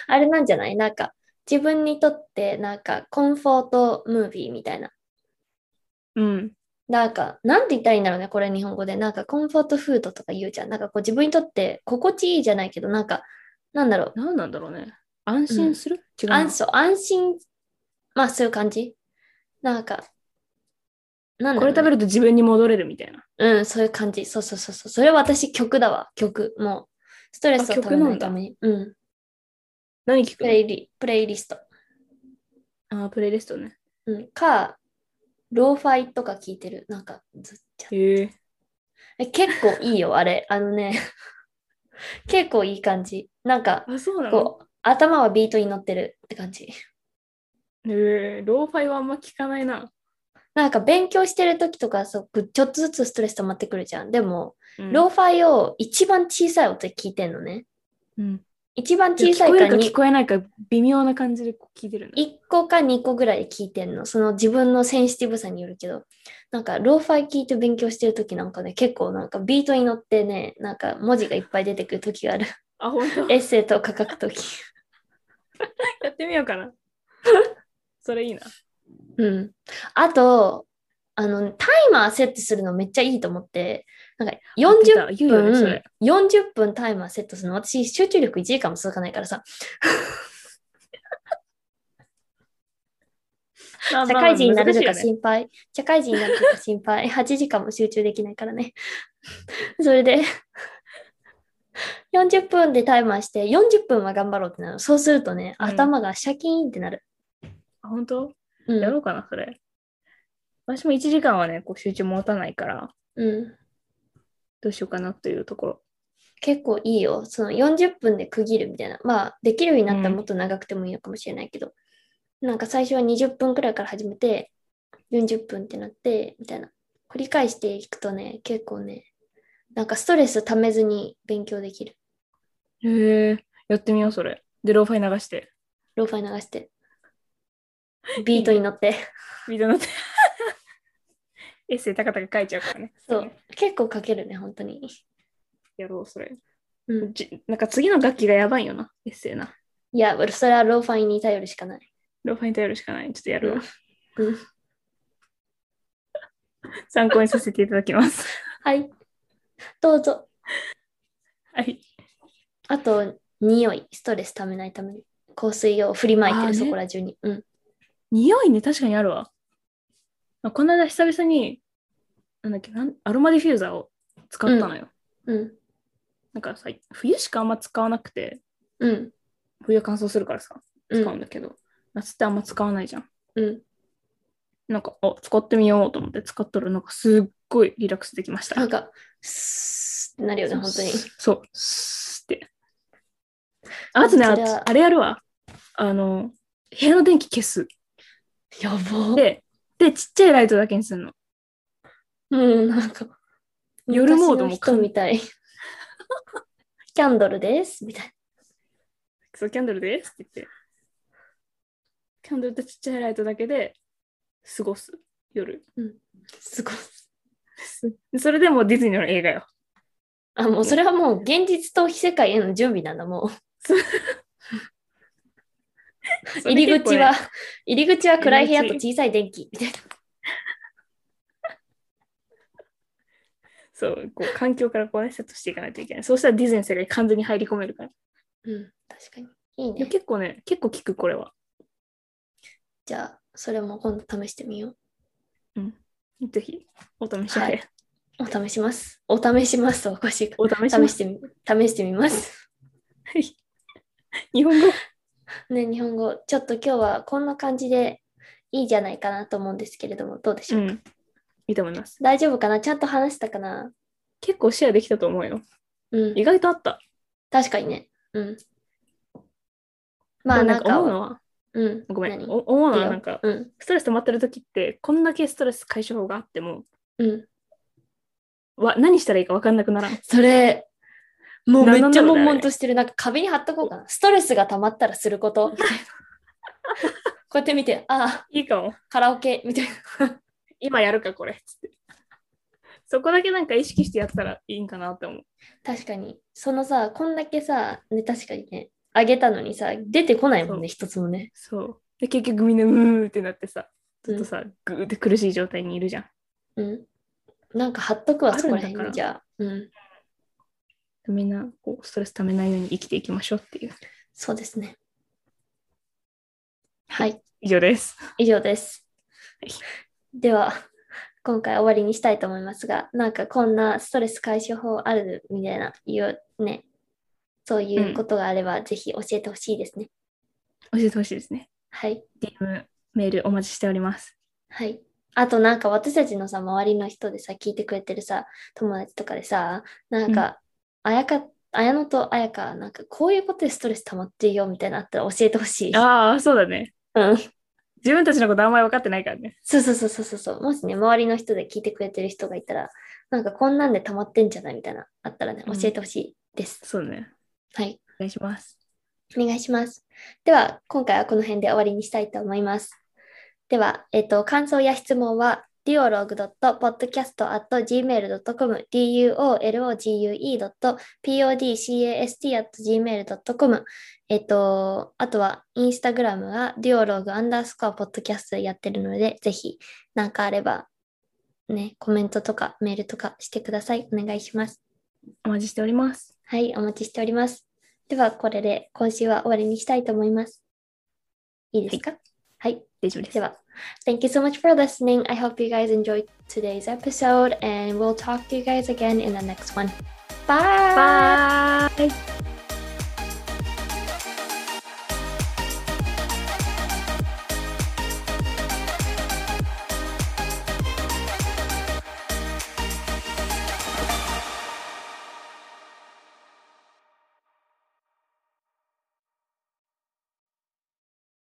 Speaker 1: あれなんじゃないなんか、自分にとってなんかコンフォートムービーみたいな。
Speaker 2: うん。
Speaker 1: なんか、なんて言ったらいいんだろうね、これ日本語で。なんかコンフォートフードとか言うじゃん。なんかこう自分にとって心地いいじゃないけど、なんか、なんだろう。
Speaker 2: 何なんだろうね。安心する、違うな。
Speaker 1: 安そう安心、まあそういう感じ。なんか、なんだ
Speaker 2: こ
Speaker 1: ろう
Speaker 2: れ
Speaker 1: ね
Speaker 2: 食べると自分に戻れるみたいな。
Speaker 1: うん、そういう感じ。そうそうそうそう。それは私、曲だわ、曲。もう、ストレスを
Speaker 2: あ
Speaker 1: ためないために。うん。
Speaker 2: 何聞く
Speaker 1: プ
Speaker 2: の
Speaker 1: レイリプレイリスト。
Speaker 2: あープレイリストね。
Speaker 1: うん。か、ローファイとか聞いてる。なんか、ずっちゃ
Speaker 2: へえ。
Speaker 1: え結構いいよ、あれ。あのね、 結構いい感じ。なんか、
Speaker 2: あ、そうなの
Speaker 1: こう、頭はビートに乗ってるって感じ。
Speaker 2: えー、ローファイはあんま聞かないな。
Speaker 1: なんか、勉強してる時とか、そうぐちょっとずつストレス溜まってくるじゃん。でも、
Speaker 2: うん
Speaker 1: ローファイを一番小さい音で聞いてんのね。
Speaker 2: うん、
Speaker 1: 一番
Speaker 2: 小
Speaker 1: 小
Speaker 2: さ
Speaker 1: さ
Speaker 2: い
Speaker 1: い
Speaker 2: 聞こ
Speaker 1: か
Speaker 2: えるから
Speaker 1: に
Speaker 2: 聞こえないか微妙な感じでこう聞いてるんだ。
Speaker 1: 1個か2個ぐらいで聞いてんの。その自分のセンシティブさによるけど、なんかローファイ聞いて勉強してる時なんかね、結構なんかビートに乗ってね、なんか文字がいっぱい出てくる時がある。
Speaker 2: あ、本当。
Speaker 1: エッセイとか書く時。
Speaker 2: やってみようかな。それいいな。
Speaker 1: うん。あと、あの、タイマーセットするのめっちゃいいと思って、なんか40
Speaker 2: 言うよね、そ
Speaker 1: 分
Speaker 2: れ。、
Speaker 1: 40分タイマーセットするの。私、集中力1時間も続かないからさ、社会人になれるか
Speaker 2: し
Speaker 1: 心配。社会人になれるか心配。8時間 も集中できないからね。 それで、40分でタイマーして、40分は頑張ろうってなる。そうするとね、
Speaker 2: うん
Speaker 1: 頭がシャキーンってなる。
Speaker 2: 本当
Speaker 1: うん。
Speaker 2: やろうかな、それ。私も1時間はね、こう集中持たないから、
Speaker 1: うん
Speaker 2: どうしようかなというところ。
Speaker 1: 結構いいよ。その40分で区切るみたいな。まあ、できるようになったら
Speaker 2: うん
Speaker 1: もっと長くてもいいのかもしれないけど、なんか最初は20分くらいから始めて、40分ってなって、みたいな。繰り返していくとね、結構ね、なんかストレス溜めずに勉強できる。
Speaker 2: へえ、やってみよう、それ。で、ローファイ流して。
Speaker 1: ローファイ流 して。ビートに乗って。
Speaker 2: みたいな。 エッセイ高々書いちゃうからね。
Speaker 1: そう。結構書けるね、本当に。
Speaker 2: やろう、それ。
Speaker 1: うん。
Speaker 2: じなんか次の楽器がやばいよな、エッセイな。
Speaker 1: いや、それはローファイに頼るしかない。
Speaker 2: ローファイに頼るしかない。ちょっとやるわ。
Speaker 1: うんうん
Speaker 2: 参考にさせていただきます。
Speaker 1: はい。どうぞ。
Speaker 2: はい。
Speaker 1: あと、匂い、ストレス溜めないために。香水を振りまいて
Speaker 2: あー
Speaker 1: る、
Speaker 2: ね
Speaker 1: そこら中に。うん。
Speaker 2: 匂いね、確かにあるわ。あこの間久々に、なんだっけなん、アロマディフューザーを使ったのよ。
Speaker 1: うん。
Speaker 2: なんかさ、冬しかあんま使わなくて、
Speaker 1: うん。
Speaker 2: 冬は乾燥するからさ、
Speaker 1: う
Speaker 2: 使
Speaker 1: ん
Speaker 2: うんだけど、夏ってあんま使わないじゃん。
Speaker 1: うん。
Speaker 2: なんか、あ、使ってみようと思って使ったら、なんかすっごいリラックスできました。
Speaker 1: なんか、スーってなるよね、本当に。
Speaker 2: そう、スーって。あとね、
Speaker 1: そ
Speaker 2: あ
Speaker 1: れは
Speaker 2: あれやるわ。あの、部屋の電気消す。
Speaker 1: やば
Speaker 2: で、で、ちっちゃいライトだけにするの。
Speaker 1: うん、なんか。
Speaker 2: 夜モードも
Speaker 1: 昔の人みたい。 キャンドルです、みたい
Speaker 2: そう、キャンドルですって言って。キャンドルとちっちゃいライトだけで過ごす、夜。
Speaker 1: な。すごい。
Speaker 2: それでもうディズニーの映画よ。
Speaker 1: あ、もうそれはもう現実逃避世界への準備なんだ、もう。入り口は、入り口は暗い部屋と小さい電気、みたいな。
Speaker 2: それ結構ね。そう、こう環境からこうね、セットしていかないといけない。そうしたらディズニーの世界に完全に入り込めるから。
Speaker 1: うん、確かに。いい
Speaker 2: でも
Speaker 1: ね。
Speaker 2: 結構ね、結構効く、これは。
Speaker 1: じゃあ、それも今度試してみよう。
Speaker 2: ぜひ、お試しあれ。
Speaker 1: はいお試します。お試しますとおかしいか
Speaker 2: お試し
Speaker 1: 試
Speaker 2: ます
Speaker 1: してみ、試してみます。
Speaker 2: はい日本語。
Speaker 1: ね、日本語、ちょっと今日はこんな感じでいいじゃないかなと思うんですけれども、どうでしょうか、
Speaker 2: ん。いいと思います。
Speaker 1: 大丈夫かなちゃんと話したかな
Speaker 2: 結構シェアできたと思うよ。
Speaker 1: うん
Speaker 2: 意、外とあった。
Speaker 1: 確かにね。うん。まあ、
Speaker 2: でも
Speaker 1: なんか、
Speaker 2: 思うのは、
Speaker 1: うん、
Speaker 2: ごめん。
Speaker 1: 何
Speaker 2: お思うの
Speaker 1: いい
Speaker 2: は
Speaker 1: よ
Speaker 2: なんか、
Speaker 1: うん、
Speaker 2: ストレス溜まってる時って、こんだけストレス解消法があっても、
Speaker 1: うん。
Speaker 2: わ何したらいいか分かんなくな らん。
Speaker 1: それ、もうめ
Speaker 2: 何
Speaker 1: っ
Speaker 2: なん
Speaker 1: ち
Speaker 2: だ
Speaker 1: ゃ
Speaker 2: ろうね
Speaker 1: 悶々としてる。なんか壁に貼っとこうかな。ストレスが溜まったらする こと。みたいなこうやって見て、ああ、
Speaker 2: いいかも。
Speaker 1: カラオケ、みたいな。
Speaker 2: 今やるか、これ。つってそこだけなんか意識してやったらいいんかなって思う。
Speaker 1: 確かに。そのさ、こんだけさ、ね、確かにね、あげたのにさ、出てこないもんね、一つもね。
Speaker 2: そう。で、結局みんな、うーってなってさ、ずっとさ、ぐーって苦しい状態にいるじゃん。
Speaker 1: うん。なんか貼っとくわ、
Speaker 2: あるん
Speaker 1: そこ
Speaker 2: だ
Speaker 1: ら辺
Speaker 2: から
Speaker 1: にじゃあ。うん。
Speaker 2: みんな、こう、ストレス溜めないように生きていきましょうっていう。
Speaker 1: そうですね。はい、
Speaker 2: 以上です。
Speaker 1: 以上です
Speaker 2: はい。
Speaker 1: では、今回終わりにしたいと思いますが、なんかこんなストレス解消法あるみたいな、いうね、そういうことがあれば、ぜひ教えてほしいですね。
Speaker 2: 教えてほしいですね。
Speaker 1: はい。
Speaker 2: DM、メールお待ちしております。
Speaker 1: はい。あとなんか私たちのさ、周りの人でさ、聞いてくれてるさ、友達とかでさ、なんか、あやか、あやのとあやか、なんかこういうことでストレス溜まってるよみたいなのあったら教えてほしい。
Speaker 2: ああ、そうだね。
Speaker 1: うん。
Speaker 2: 自分たちのことあんまり分かってないからね。
Speaker 1: そうそうそうそうそうそう。もしね、周りの人で聞いてくれてる人がいたら、なんかこんなんで溜まってんじゃないみたいな、あったらね、
Speaker 2: う
Speaker 1: 教
Speaker 2: ん
Speaker 1: えてほしいです。
Speaker 2: そうだね。
Speaker 1: はい。
Speaker 2: お願いします。
Speaker 1: お願いします。では、今回はこの辺で終わりにしたいと思います。では、えっ、と、感想や質問は、 duologue.podcast.gmail.com duologue.podcast.gmail.com えっと、あとはインスタグラムが duologue アンダースコアポッドキャストやってるので、ぜひなんかあればね、コメントとかメールとかしてください。お願いします。
Speaker 2: お待ちしております。
Speaker 1: はい、お待ちしております。では、これで今週は終わりにしたいと思います。いいですかはい
Speaker 2: 大丈夫です。
Speaker 1: では。Thank you so much for listening. I hope you guys enjoyed today's episode, and we'll talk to you guys again in the next one. Bye.
Speaker 2: バイ